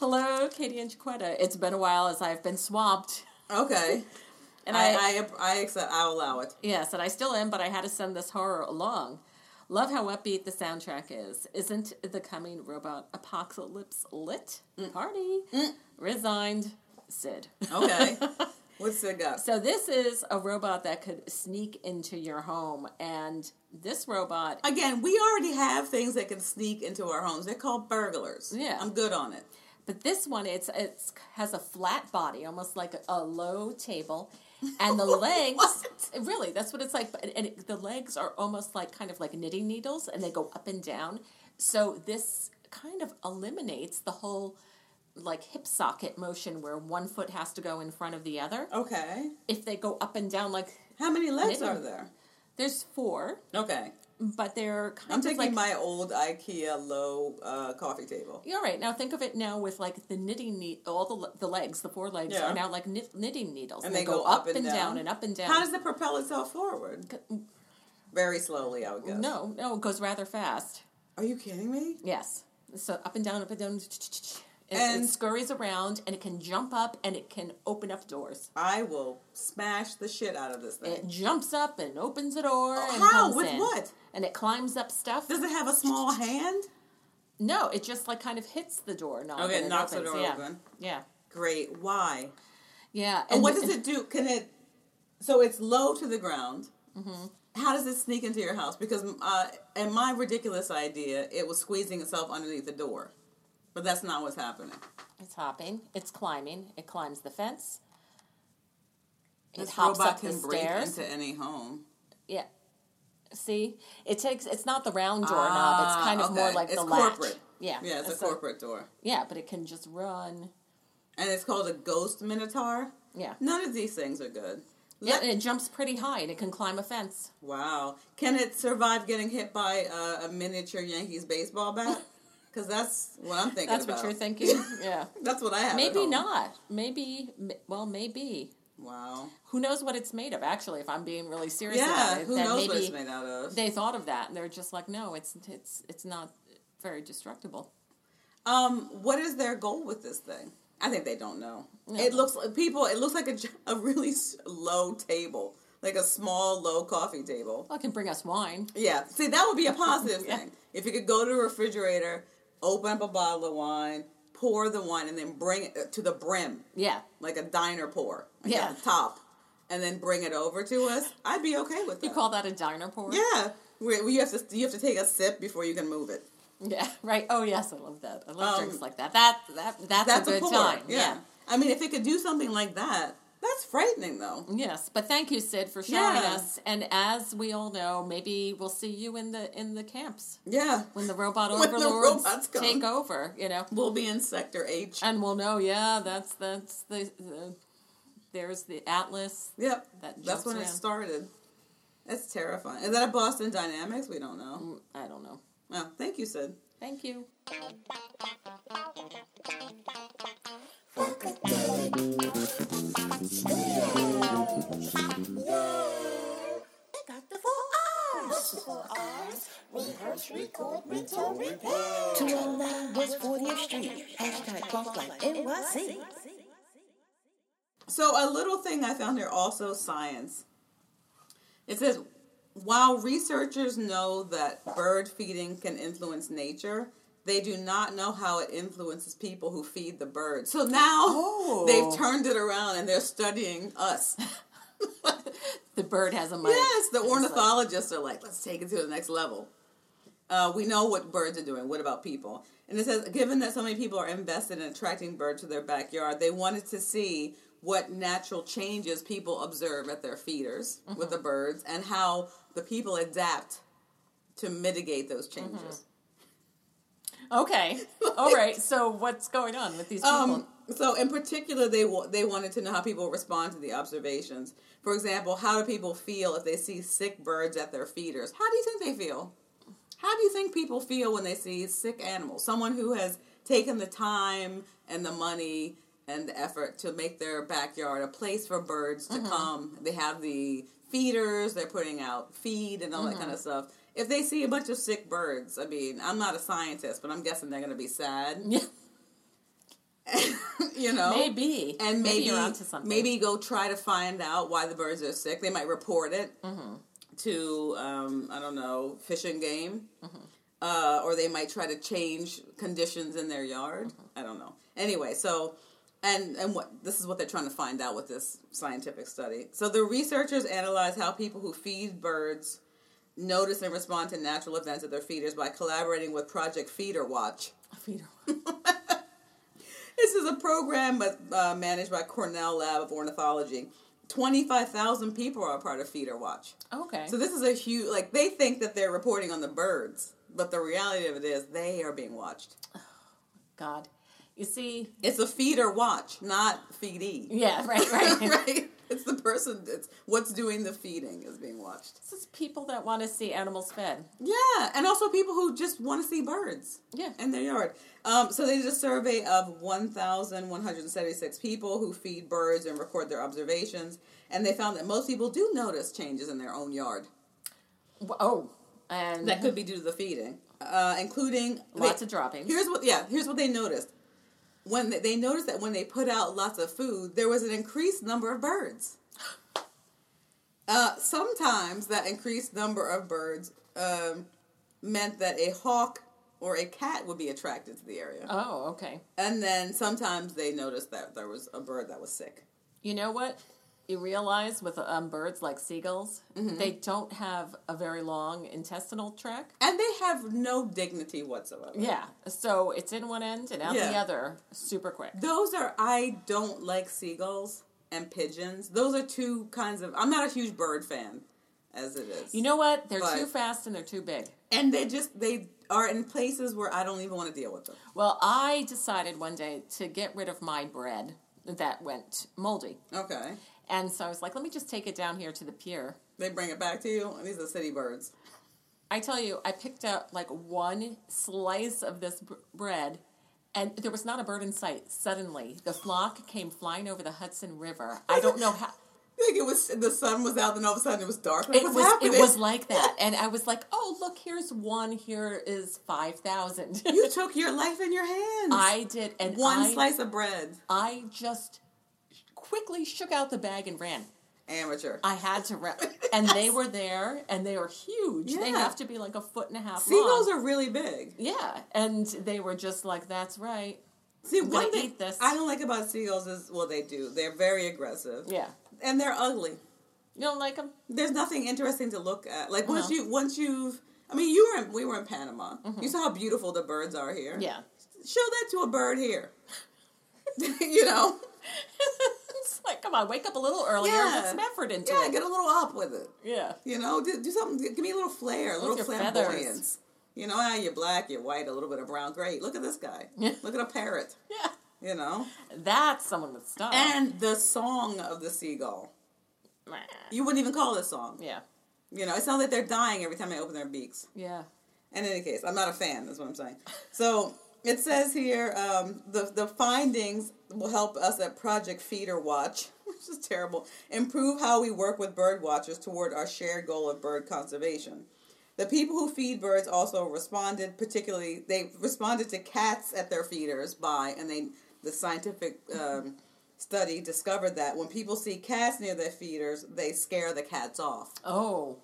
Speaker 2: Hello, Katie and Chiquetta. It's been a while as I've been swamped.
Speaker 1: okay.
Speaker 2: And
Speaker 1: I,
Speaker 2: I-
Speaker 1: I, I accept. I'll allow it.
Speaker 2: Yes, and I still am, but I had to send this horror along. Love how upbeat the soundtrack is. Isn't the coming robot apocalypse lit? Party. Resigned, Sid.
Speaker 1: Okay. What's it got?
Speaker 2: So this is a robot that could sneak into your home, and this robot.
Speaker 1: Again, we already have things that can sneak into our homes. They're called burglars.
Speaker 2: Yeah.
Speaker 1: I'm good on it.
Speaker 2: But this one, it's it's has a flat body, almost like a, a low table, and the legs.
Speaker 1: What?
Speaker 2: Really, that's what it's like. but- And it, the legs are almost like kind of like knitting needles, and they go up and down. So this kind of eliminates the whole like hip socket motion where one foot has to go in front of the other.
Speaker 1: Oh. Okay.
Speaker 2: If they go up and down, like
Speaker 1: How many legs
Speaker 2: Knitting.
Speaker 1: are there?
Speaker 2: there's four,
Speaker 1: Okay.
Speaker 2: but they're kind
Speaker 1: I'm
Speaker 2: of
Speaker 1: taking
Speaker 2: like
Speaker 1: my old IKEA low uh, coffee table.
Speaker 2: All right, now think of it now with like the knitting ne- all the le- the legs, the four legs
Speaker 1: Yeah.
Speaker 2: are now like knit- knitting needles,
Speaker 1: And they go up and down.
Speaker 2: and up and down.
Speaker 1: How does it propel itself forward? Very slowly, I would guess.
Speaker 2: mm. no, no, it goes rather fast.
Speaker 1: Are you kidding me?
Speaker 2: Yes, so up and down, up and down, and,
Speaker 1: And-
Speaker 2: it scurries around, and it can jump up, and it can open up doors.
Speaker 1: I will smash the shit out of this thing.
Speaker 2: It jumps up and opens a door. and
Speaker 1: Oh, how?
Speaker 2: comes
Speaker 1: With
Speaker 2: in.
Speaker 1: what?
Speaker 2: And it climbs up stuff.
Speaker 1: Does it have a small hand?
Speaker 2: no, it just like kind of hits the door. Not
Speaker 1: Okay,
Speaker 2: when it
Speaker 1: knocks the
Speaker 2: opens.
Speaker 1: door
Speaker 2: yeah.
Speaker 1: open.
Speaker 2: Yeah,
Speaker 1: Great. Why?
Speaker 2: yeah.
Speaker 1: And, what does it do? Can it? So it's low to the ground.
Speaker 2: Mm-hmm.
Speaker 1: How does it sneak into your house? Because uh, in my ridiculous idea, it was squeezing itself underneath the door, but that's not what's happening.
Speaker 2: It's hopping. It's climbing. It climbs the fence. It
Speaker 1: This
Speaker 2: hops
Speaker 1: robot
Speaker 2: up
Speaker 1: can
Speaker 2: the
Speaker 1: break
Speaker 2: stairs.
Speaker 1: into any home.
Speaker 2: yeah. See, it takes. It's not the round doorknob.
Speaker 1: Ah,
Speaker 2: it's kind of more
Speaker 1: okay.
Speaker 2: like
Speaker 1: it's
Speaker 2: the
Speaker 1: corporate.
Speaker 2: latch. Yeah.
Speaker 1: yeah, it's a
Speaker 2: so-
Speaker 1: corporate door,
Speaker 2: Yeah, but it can just run.
Speaker 1: and it's called a ghost minotaur.
Speaker 2: Yeah.
Speaker 1: None of these things are good.
Speaker 2: Yeah,
Speaker 1: Let-
Speaker 2: and it jumps pretty high, and it can climb a fence.
Speaker 1: Wow. Can it survive getting hit by uh, a miniature Yankees baseball bat? Because that's what I'm thinking
Speaker 2: That's
Speaker 1: about.
Speaker 2: what you're thinking. yeah.
Speaker 1: That's what I have. at
Speaker 2: Maybe
Speaker 1: home.
Speaker 2: not. Maybe. m- Well, maybe.
Speaker 1: Wow.
Speaker 2: Who knows what it's made of? Actually, if I'm being really serious
Speaker 1: Yeah,
Speaker 2: about it,
Speaker 1: who
Speaker 2: that
Speaker 1: knows
Speaker 2: maybe
Speaker 1: what it's made out of?
Speaker 2: they thought of that and they're just like, no, it's it's it's not very destructible.
Speaker 1: Um, what is their goal with this thing? I think they don't know. It looks like people. It looks like a, j- a really s- low table, like a small low coffee table.
Speaker 2: Well, it can bring us wine.
Speaker 1: Yeah. See, that would be a positive
Speaker 2: Yeah.
Speaker 1: thing if you could go to the refrigerator, open up a bottle of wine, pour the wine, and then bring it uh, to the brim,
Speaker 2: Yeah,
Speaker 1: like a diner pour, like
Speaker 2: Yeah.
Speaker 1: at the top, and then bring it over to us. I'd be okay with that.
Speaker 2: you call that a diner pour?
Speaker 1: Yeah. Where, where you have to you have to take a sip before you can move it.
Speaker 2: Yeah, right. Oh yes, I love that. I love
Speaker 1: Um,
Speaker 2: drinks like that. That that that's,
Speaker 1: That's
Speaker 2: a
Speaker 1: a,
Speaker 2: good
Speaker 1: pour.
Speaker 2: time.
Speaker 1: Yeah. I mean, if it could do something like that, that's frightening though.
Speaker 2: Yes, but thank you, Sid, for showing
Speaker 1: Yeah.
Speaker 2: us. And as we all know, maybe we'll see you in the in the camps
Speaker 1: Yeah.
Speaker 2: when the robot
Speaker 1: When the
Speaker 2: overlords
Speaker 1: robots come.
Speaker 2: take over. You know,
Speaker 1: We'll be in Sector H.
Speaker 2: and we'll know. Yeah, that's that's the, the there's the Atlas.
Speaker 1: Yep.
Speaker 2: That jumps
Speaker 1: that's when it
Speaker 2: around.
Speaker 1: started. That's terrifying. Is that a Boston Dynamics? We don't know.
Speaker 2: I don't know.
Speaker 1: Oh, thank you, Sid.
Speaker 2: Thank you.
Speaker 5: Two oh nine West 40th Street. Hashtag Funk Life NYC.
Speaker 1: So, a little thing I found here also science. It says while researchers know that bird feeding can influence nature, they do not know how it influences people who feed the birds. So now
Speaker 2: Oh.
Speaker 1: they've turned it around and they're studying us.
Speaker 2: The bird has a mic.
Speaker 1: Yes, the ornithologists are like, let's take it to the next level. Uh, we know what birds are doing. What about people? And it says, given that so many people are invested in attracting birds to their backyard, they wanted to see what natural changes people observe at their feeders with the birds and how the people adapt to mitigate those changes.
Speaker 2: Okay. All right. So what's going on with these people?
Speaker 1: Um, so in particular, they wa- they wanted to know how people respond to the observations. For example, how do people feel if they see sick birds at their feeders? How do you think they feel? How do you think people feel when they see sick animals? Someone who has taken the time and the money and the effort to make their backyard a place for birds to come. They have the feeders, they're putting out feed and all that kind of stuff. If they see a bunch of sick birds, I mean, I'm not a scientist, but I'm guessing they're going to be sad,
Speaker 2: yeah,
Speaker 1: you know?
Speaker 2: Oh, maybe.
Speaker 1: and maybe
Speaker 2: you're
Speaker 1: maybe,
Speaker 2: onto something.
Speaker 1: go try to find out why the birds are sick. They might report it
Speaker 2: Mm-hmm.
Speaker 1: to um, I don't know fish and game,
Speaker 2: Mm-hmm.
Speaker 1: uh, or they might try to change conditions in their yard.
Speaker 2: Mm-hmm.
Speaker 1: I don't know. Anyway, so and and what this is what they're trying to find out with this scientific study. So the researchers analyze how people who feed birds notice and respond to natural events at their feeders by collaborating with Project Feeder Watch.
Speaker 2: Feeder.
Speaker 1: This is a program but, uh, managed by Cornell Lab of Ornithology. 25,000 people are a part of Feeder Watch.
Speaker 2: Okay.
Speaker 1: So this is a huge, like, they think that they're reporting on the birds, but the reality of it is they are being watched.
Speaker 2: God. You see,
Speaker 1: It's a feeder watch, not feedee.
Speaker 2: yeah, right, right.
Speaker 1: right? It's the person that's what's doing the feeding is being watched.
Speaker 2: This is people that want to see animals fed.
Speaker 1: Yeah, and also people who just want to see birds.
Speaker 2: Yeah.
Speaker 1: in their yard. Um, so they did a survey of 1,176 people who feed birds and record their observations, and they found that most people do notice changes in their own yard
Speaker 2: W- Oh, and
Speaker 1: that could be due to the feeding, uh, including
Speaker 2: Mm-hmm. Lots
Speaker 1: they-
Speaker 2: of droppings.
Speaker 1: Here's what, yeah, here's what they noticed. When they, they noticed that when they put out lots of food, there was an increased number of birds. Uh, sometimes that increased number of birds um, meant that a hawk or a cat would be attracted to the area.
Speaker 2: oh, okay.
Speaker 1: And then sometimes they noticed that there was a bird that was sick.
Speaker 2: You know what? You realize with um, birds like seagulls, they don't have a very long intestinal tract.
Speaker 1: And they have no dignity whatsoever.
Speaker 2: Yeah, so it's in one end and out the
Speaker 1: Yeah.
Speaker 2: other, super quick.
Speaker 1: Those are, I don't like seagulls and pigeons. Those are two kinds of, I'm not a huge bird fan as it is.
Speaker 2: You know what? They're
Speaker 1: But-
Speaker 2: too fast and they're too big.
Speaker 1: and they just, they are in places where I don't even want to deal with them.
Speaker 2: Well, I decided one day to get rid of my bread that went moldy,
Speaker 1: Okay.
Speaker 2: and so I was like, let me just take it down here to the pier.
Speaker 1: They bring it back to you. These are city birds.
Speaker 2: I tell you, I picked up like one slice of this br- bread and there was not a bird in sight. Suddenly, the flock came flying over the Hudson River. I don't know how.
Speaker 1: Like it was the sun was out, and all of a sudden it was dark. Like,
Speaker 2: It
Speaker 1: what's
Speaker 2: was
Speaker 1: happening?
Speaker 2: it was like that, and I was like, "Oh, look, here's one. Here is five thousand.
Speaker 1: you took your life in your hands.
Speaker 2: I did, and
Speaker 1: one
Speaker 2: I,
Speaker 1: slice of bread,
Speaker 2: I just quickly shook out the bag and ran.
Speaker 1: amateur.
Speaker 2: I had to run, and they were there, and they were huge. They
Speaker 1: Yeah.
Speaker 2: have to be like a foot and a half.
Speaker 1: Seagulls
Speaker 2: long.
Speaker 1: are really big.
Speaker 2: yeah, and they were just like, "That's right."
Speaker 1: See,
Speaker 2: gonna
Speaker 1: one thing
Speaker 2: eat this.
Speaker 1: I don't like about seagulls is well, they do. They're very aggressive.
Speaker 2: Yeah,
Speaker 1: and they're ugly.
Speaker 2: you don't like them.
Speaker 1: There's nothing interesting to look at. Like once
Speaker 2: No.
Speaker 1: you once you've. I mean, you were in, we were in Panama. You saw how beautiful the birds are here.
Speaker 2: Mm-hmm. Yeah.
Speaker 1: show that to a bird here. you know,
Speaker 2: it's like, come on, wake up a little earlier.
Speaker 1: Yeah.
Speaker 2: Put some effort into
Speaker 1: yeah,
Speaker 2: it.
Speaker 1: get a little up with it.
Speaker 2: yeah.
Speaker 1: You know, do, do something. Give me a little flair, a little
Speaker 2: your
Speaker 1: flamboyance.
Speaker 2: feathers.
Speaker 1: You know, ah, you're black, you're white, a little bit of brown. Great. Look at this guy. Look at a parrot.
Speaker 2: Yeah.
Speaker 1: You
Speaker 2: Uh-huh.
Speaker 1: know,
Speaker 2: That's someone with style.
Speaker 1: and the song of the seagull. You wouldn't even call it a song.
Speaker 2: yeah.
Speaker 1: You know, it sounds like they're dying every time they open their beaks.
Speaker 2: Yeah.
Speaker 1: In any case, I'm not a fan. That's what I'm saying. So it says here um, the the findings will help us at Project Feeder Watch, which is terrible. Improve how we work with bird watchers toward our shared goal of bird conservation. The people who feed birds also responded, particularly they responded to cats at their feeders by, and they the scientific um, study discovered that when people see cats near their feeders, they scare the cats off.
Speaker 2: Oh.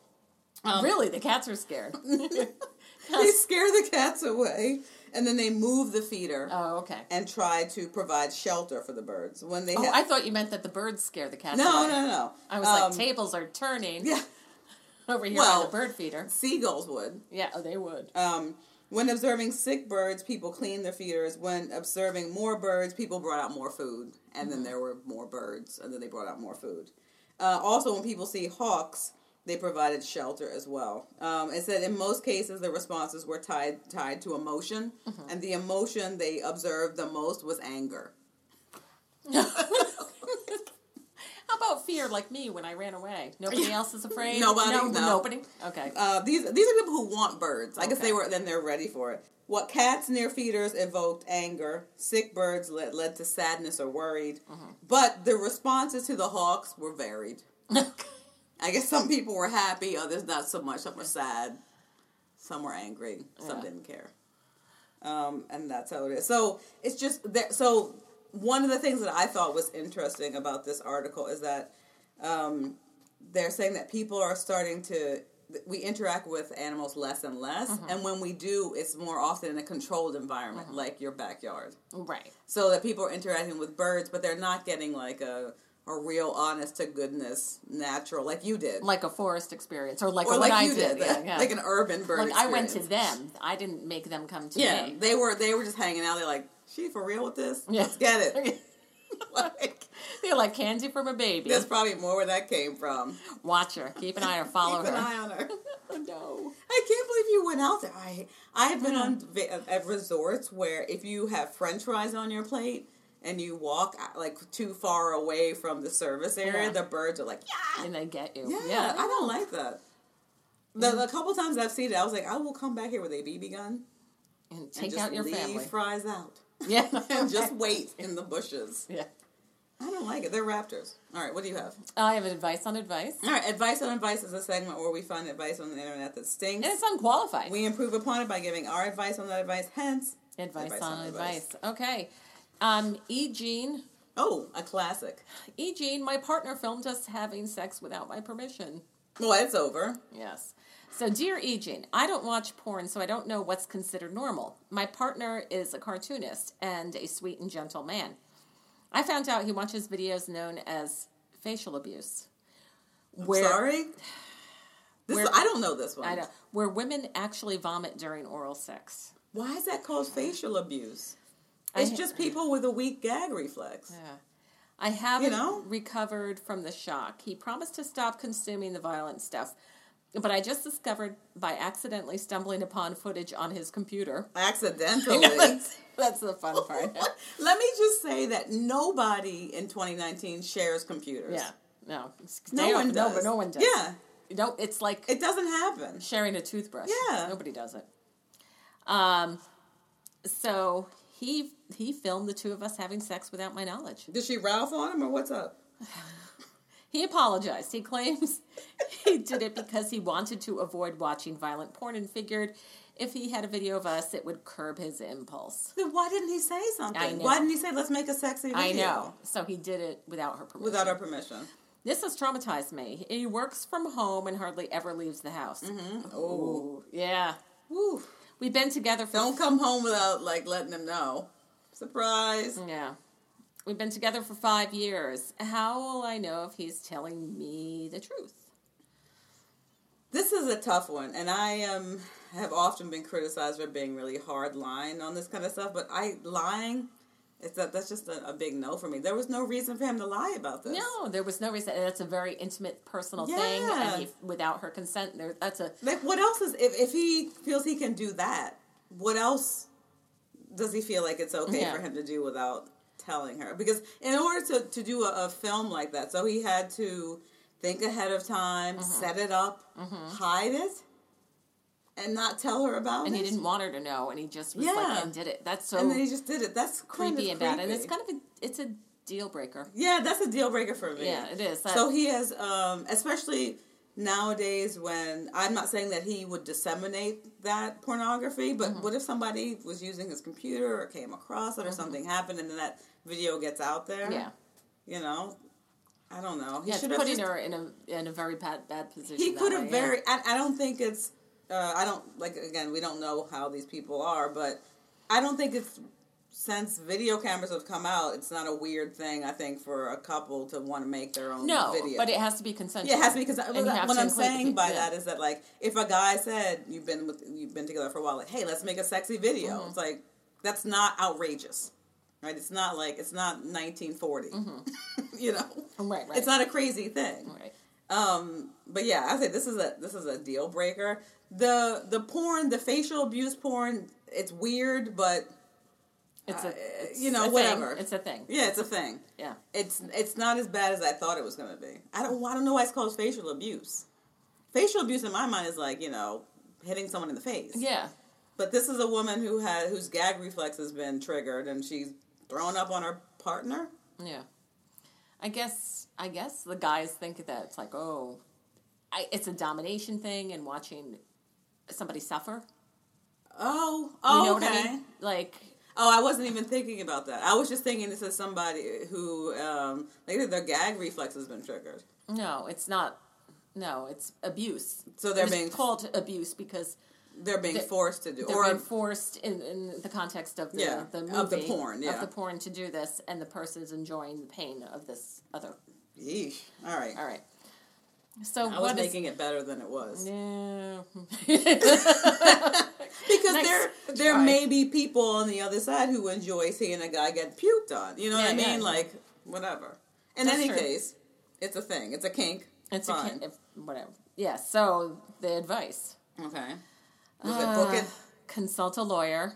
Speaker 1: Um,
Speaker 2: really? The cats are scared.
Speaker 1: they scare the cats away and then they move the feeder
Speaker 2: oh, okay.
Speaker 1: and try to provide shelter for the birds when they
Speaker 2: Oh,
Speaker 1: have
Speaker 2: I thought you meant that the birds scare the cats.
Speaker 1: no
Speaker 2: away.
Speaker 1: no no
Speaker 2: I was
Speaker 1: Um,
Speaker 2: like, tables are turning
Speaker 1: yeah
Speaker 2: over here by
Speaker 1: well-
Speaker 2: the bird feeder.
Speaker 1: seagulls would
Speaker 2: Yeah, oh, they would.
Speaker 1: um, when observing sick birds people cleaned their feeders when observing more birds people brought out more food and
Speaker 2: Mm-hmm.
Speaker 1: then there were more birds and then they brought out more food uh, also when people see hawks they provided shelter as well. Um, it said in most cases the responses were tied tied to emotion,
Speaker 2: Mm-hmm.
Speaker 1: and the emotion they observed the most was anger.
Speaker 2: How about fear like me when I ran away? Nobody else is afraid?
Speaker 1: Nobody,
Speaker 2: No,
Speaker 1: no.
Speaker 2: Nobody? Okay.
Speaker 1: Uh, these these are people who want birds. I guess
Speaker 2: Okay.
Speaker 1: they were then they're ready for it. What cats near feeders evoked anger. Sick birds led, led to sadness or worried.
Speaker 2: Mm-hmm.
Speaker 1: But the responses to the hawks were varied. I guess some people were happy, others not so much. Some were sad, some were angry, some
Speaker 2: Yeah.
Speaker 1: didn't care. Um, and that's how it is. So it's just that. So one of the things that I thought was interesting about this article is that they're saying that people are starting to that we interact with animals less and less
Speaker 2: Mm-hmm.
Speaker 1: and when we do it's more often in a controlled environment like your backyard
Speaker 2: right.
Speaker 1: so that people are interacting with birds but they're not getting like a a real honest to goodness natural like you did
Speaker 2: Like a forest experience or like
Speaker 1: or
Speaker 2: what
Speaker 1: like
Speaker 2: I
Speaker 1: you did,
Speaker 2: did. Yeah, yeah.
Speaker 1: like an urban bird
Speaker 2: Like, I went to
Speaker 1: experience.
Speaker 2: them. I didn't make them come to
Speaker 1: yeah
Speaker 2: me.
Speaker 1: they were they were just hanging out they're like she for real with this
Speaker 2: Yeah.
Speaker 1: let's get it like
Speaker 2: They're like candy from a baby.
Speaker 1: that's probably more where that came from
Speaker 2: Watch her. Keep an eye or follow
Speaker 1: keep an
Speaker 2: her.
Speaker 1: eye on her
Speaker 2: No.
Speaker 1: I can't believe you went out there. I I have been on on at resorts where if you have French fries on your plate and you walk uh, like too far away from the service area, the
Speaker 2: Yeah.
Speaker 1: birds are like, yeah,
Speaker 2: And they get you.
Speaker 1: yeah. I don't like that.
Speaker 2: Mm-hmm.
Speaker 1: The, the couple times I've seen it, I was like, I will come back here with a BB gun
Speaker 2: And
Speaker 1: and
Speaker 2: take
Speaker 1: just
Speaker 2: out your
Speaker 1: leave
Speaker 2: family.
Speaker 1: fries out
Speaker 2: yeah.
Speaker 1: and just wait in the bushes.
Speaker 2: yeah.
Speaker 1: I don't like it. They're raptors. All right, what do you have?
Speaker 2: I have advice on advice.
Speaker 1: All right, advice on advice is a segment where we find advice on the internet that stinks.
Speaker 2: And it's unqualified.
Speaker 1: We improve upon it by giving our advice on that advice. Hence,
Speaker 2: advice, on, advice. Okay. Um, E. Jean.
Speaker 1: Oh, a classic.
Speaker 2: E. Jean, my partner filmed us having sex without my permission.
Speaker 1: Well, it's over.
Speaker 2: Yes. So, dear Eugene, I don't watch porn, so I don't know what's considered normal. My partner is a cartoonist and a sweet and gentle man. I found out he watches videos known as facial abuse. Where,
Speaker 1: Sorry. This
Speaker 2: Where-
Speaker 1: I don't know this one.
Speaker 2: I know, where women actually vomit during oral sex.
Speaker 1: Why is that called facial abuse?
Speaker 2: I-
Speaker 1: It's just people with a weak gag reflex.
Speaker 2: Yeah. I haven't
Speaker 1: know?
Speaker 2: recovered from the shock. He promised to stop consuming the violent stuff, but I just discovered by accidentally stumbling upon footage on his computer.
Speaker 1: Accidentally.
Speaker 2: That's, that's the fun part.
Speaker 1: Let me just say that nobody in 2019 shares computers.
Speaker 2: Yeah. No.
Speaker 1: No
Speaker 2: They
Speaker 1: one
Speaker 2: don't- no,
Speaker 1: does.
Speaker 2: No, one does.
Speaker 1: Yeah.
Speaker 2: No, it's like
Speaker 1: It doesn't happen.
Speaker 2: sharing a toothbrush.
Speaker 1: Yeah.
Speaker 2: Nobody does it. Um, so He he filmed the two of us having sex without my knowledge.
Speaker 1: Did she Ralph on him or what's up?
Speaker 2: He apologized. He claims he did it because he wanted to avoid watching violent porn and figured if he had a video of us, it would curb his impulse.
Speaker 1: Then why didn't he say
Speaker 2: I
Speaker 1: something?
Speaker 2: know.
Speaker 1: Why didn't he say let's make a sexy video?
Speaker 2: I know. So he did it without her permission.
Speaker 1: Without our permission.
Speaker 2: This has traumatized me. He works from home and hardly ever leaves the house.
Speaker 1: Oh.
Speaker 2: Yeah.
Speaker 1: Woo.
Speaker 2: We've been together for
Speaker 1: Don't come home without like letting him know. Surprise.
Speaker 2: Yeah. We've been together for five years. How will I know if he's telling me the truth?
Speaker 1: This is a tough one, and I um have often been criticized for being really hard line on this kind of stuff. But I lying, it's that that's just a, a big no for me. There was no reason for him to lie about this.
Speaker 2: No, there was no reason. That's a very intimate, personal thing.
Speaker 1: Yeah.
Speaker 2: And he, without her consent, there, that's a.
Speaker 1: Like what else is if if he feels he can do that? What else does he feel like it's okay
Speaker 2: Yeah.
Speaker 1: for him to do without telling her? Because in order to to do a, a film like that, so he had to think ahead of time,
Speaker 2: Mm-hmm.
Speaker 1: set it up, hide it, and not tell her about
Speaker 2: And
Speaker 1: it.
Speaker 2: he didn't want her to know, and he just was
Speaker 1: Yeah.
Speaker 2: like, and did it. That's so
Speaker 1: and then he just did it. That's kind of
Speaker 2: creepy and bad. And it's
Speaker 1: creepy.
Speaker 2: kind of a, it's a deal breaker.
Speaker 1: Yeah, that's a deal breaker for me.
Speaker 2: Yeah, it is. That-
Speaker 1: so he has, um, especially nowadays when I'm not saying that he would disseminate that pornography, but
Speaker 2: Mm-hmm.
Speaker 1: what if somebody was using his computer or came across it or something happened and then that video gets out there?
Speaker 2: Yeah.
Speaker 1: You know? I don't know. He
Speaker 2: Yeah, it's
Speaker 1: should have
Speaker 2: putting
Speaker 1: just-
Speaker 2: her in a in a very bad bad position.
Speaker 1: he
Speaker 2: that
Speaker 1: could have
Speaker 2: way, yeah.
Speaker 1: very I, I don't think it's uh, i don't like again we don't know how these people are but i don't think it's since video cameras have come out it's not a weird thing i think for a couple to want to make their own
Speaker 2: no,
Speaker 1: video
Speaker 2: but it has to be consensual.
Speaker 1: yeah, it has to be because
Speaker 2: And you have
Speaker 1: what
Speaker 2: to
Speaker 1: I'm
Speaker 2: include the
Speaker 1: saying
Speaker 2: pic-
Speaker 1: by
Speaker 2: yeah.
Speaker 1: that is that like if a guy said you've been with you've been together for a while, like hey, let's make a sexy video.
Speaker 2: Mm-hmm.
Speaker 1: It's like that's not outrageous, right? It's not like it's not 1940, you know?
Speaker 2: Right, Mm-hmm. right.
Speaker 1: It's not a crazy thing,
Speaker 2: right.
Speaker 1: um, but yeah, I say this is a this is a deal breaker. The the porn, the facial abuse porn, it's weird, but
Speaker 2: It's a
Speaker 1: Uh,
Speaker 2: it's
Speaker 1: you know,
Speaker 2: a thing.
Speaker 1: whatever.
Speaker 2: It's a thing.
Speaker 1: yeah, it's a thing.
Speaker 2: Yeah.
Speaker 1: It's it's not as bad as I thought it was going to be. I don't I don't know why it's called facial abuse. Facial abuse in my mind is like you know hitting someone in the face.
Speaker 2: Yeah.
Speaker 1: But this is a woman who had whose gag reflex has been triggered, and she's thrown up on her partner.
Speaker 2: Yeah. I guess I guess the guys think that it's like, oh, I, it's a domination thing and watching somebody suffer.
Speaker 1: Oh,
Speaker 2: You
Speaker 1: oh,
Speaker 2: know
Speaker 1: okay.
Speaker 2: what I mean? Like
Speaker 1: Oh, I wasn't even thinking about that. I was just thinking this is somebody who, um, like their gag reflex has been triggered.
Speaker 2: no, it's not no, it's abuse.
Speaker 1: So they're
Speaker 2: It's
Speaker 1: being-
Speaker 2: called abuse because
Speaker 1: They're being
Speaker 2: They-
Speaker 1: forced to do,
Speaker 2: they're
Speaker 1: or
Speaker 2: being forced in, in the context of the,
Speaker 1: Yeah,
Speaker 2: the movie
Speaker 1: of the porn, yeah.
Speaker 2: of the porn to do this and the person's enjoying the pain of this other
Speaker 1: yeesh. All right,
Speaker 2: all right. So
Speaker 1: I was
Speaker 2: what is-
Speaker 1: making it better than it was
Speaker 2: yeah.
Speaker 1: because
Speaker 2: Nice.
Speaker 1: there there
Speaker 2: Try.
Speaker 1: may be people on the other side who enjoy seeing a guy get puked on. You know what
Speaker 2: Yeah,
Speaker 1: I mean?
Speaker 2: yeah, yeah.
Speaker 1: Like whatever. In
Speaker 2: That's
Speaker 1: any
Speaker 2: true.
Speaker 1: case, it's a thing. It's a kink.
Speaker 2: It's
Speaker 1: Fine.
Speaker 2: a kid, if, whatever. Yeah. So the advice:
Speaker 1: Okay. Was it book it?
Speaker 2: Uh, consult a lawyer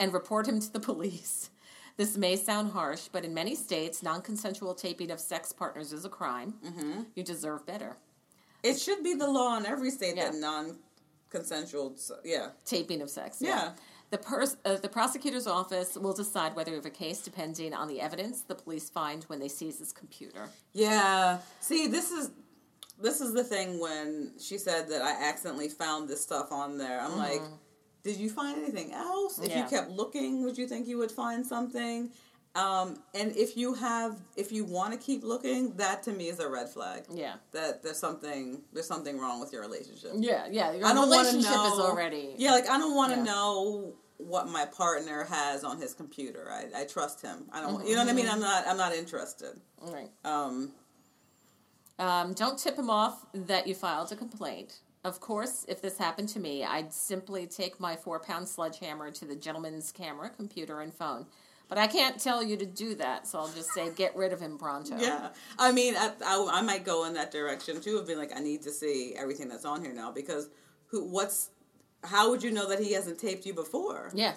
Speaker 2: and report him to the police. This may sound harsh, but in many states, non-consensual taping of sex partners is a crime. Mm-hmm. You deserve better.
Speaker 1: It should be the law in every state that
Speaker 2: Yeah.
Speaker 1: non-consensual. Yeah.
Speaker 2: Taping of sex.
Speaker 1: Yeah.
Speaker 2: The, pers- uh, the prosecutor's office will decide whether you have a case depending on the evidence the police find when they seize his computer.
Speaker 1: Yeah. See, this is this is the thing when she said that I accidentally found this stuff on there. I'm like, did you find anything else? If
Speaker 2: Mm-hmm. Yeah.
Speaker 1: you kept looking, would you think you would find something? Um, and if you have, if you want to keep looking, that to me is a red flag.
Speaker 2: Yeah.
Speaker 1: That there's something, there's something wrong with your relationship.
Speaker 2: Yeah, yeah. Your
Speaker 1: I don't want to
Speaker 2: relationship
Speaker 1: know.
Speaker 2: is already.
Speaker 1: Yeah, like I don't want to
Speaker 2: Yeah.
Speaker 1: know what my partner has on his computer. I, I trust him. I
Speaker 2: Mm-hmm.
Speaker 1: don't. You know what I mean? I'm not. I'm not interested.
Speaker 2: Right.
Speaker 1: Um,
Speaker 2: Um, don't tip him off that you filed a complaint. Of course, if this happened to me, I'd simply take my four pound sledgehammer to the gentleman's camera, computer, and phone. But I can't tell you to do that, so I'll just say get rid of him pronto.
Speaker 1: Yeah, I mean, I, I, I might go in that direction too of being like, I need to see everything that's on here now because who, what's, how would you know that he hasn't taped you before?
Speaker 2: Yeah.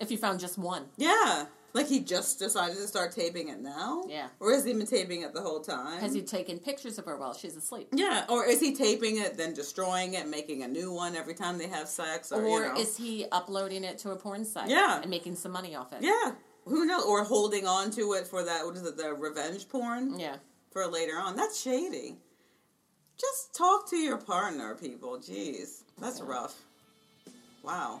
Speaker 2: If you found just one.
Speaker 1: Yeah, Like he just decided to start taping it now?
Speaker 2: Yeah.
Speaker 1: Or has he been taping it the whole time?
Speaker 2: Has he taken pictures of her while she's asleep?
Speaker 1: Yeah, or is he taping it, then destroying it, making a new one every time they have sex, or,
Speaker 2: Or
Speaker 1: you know,
Speaker 2: is he uploading it to a porn site?
Speaker 1: Yeah.
Speaker 2: And making some money off it?
Speaker 1: yeah, who knows? Or holding on to it for that what is it, the revenge porn
Speaker 2: Yeah.
Speaker 1: for later on? That's shady. Just talk to your partner, people. Jeez, that's rough. Wow.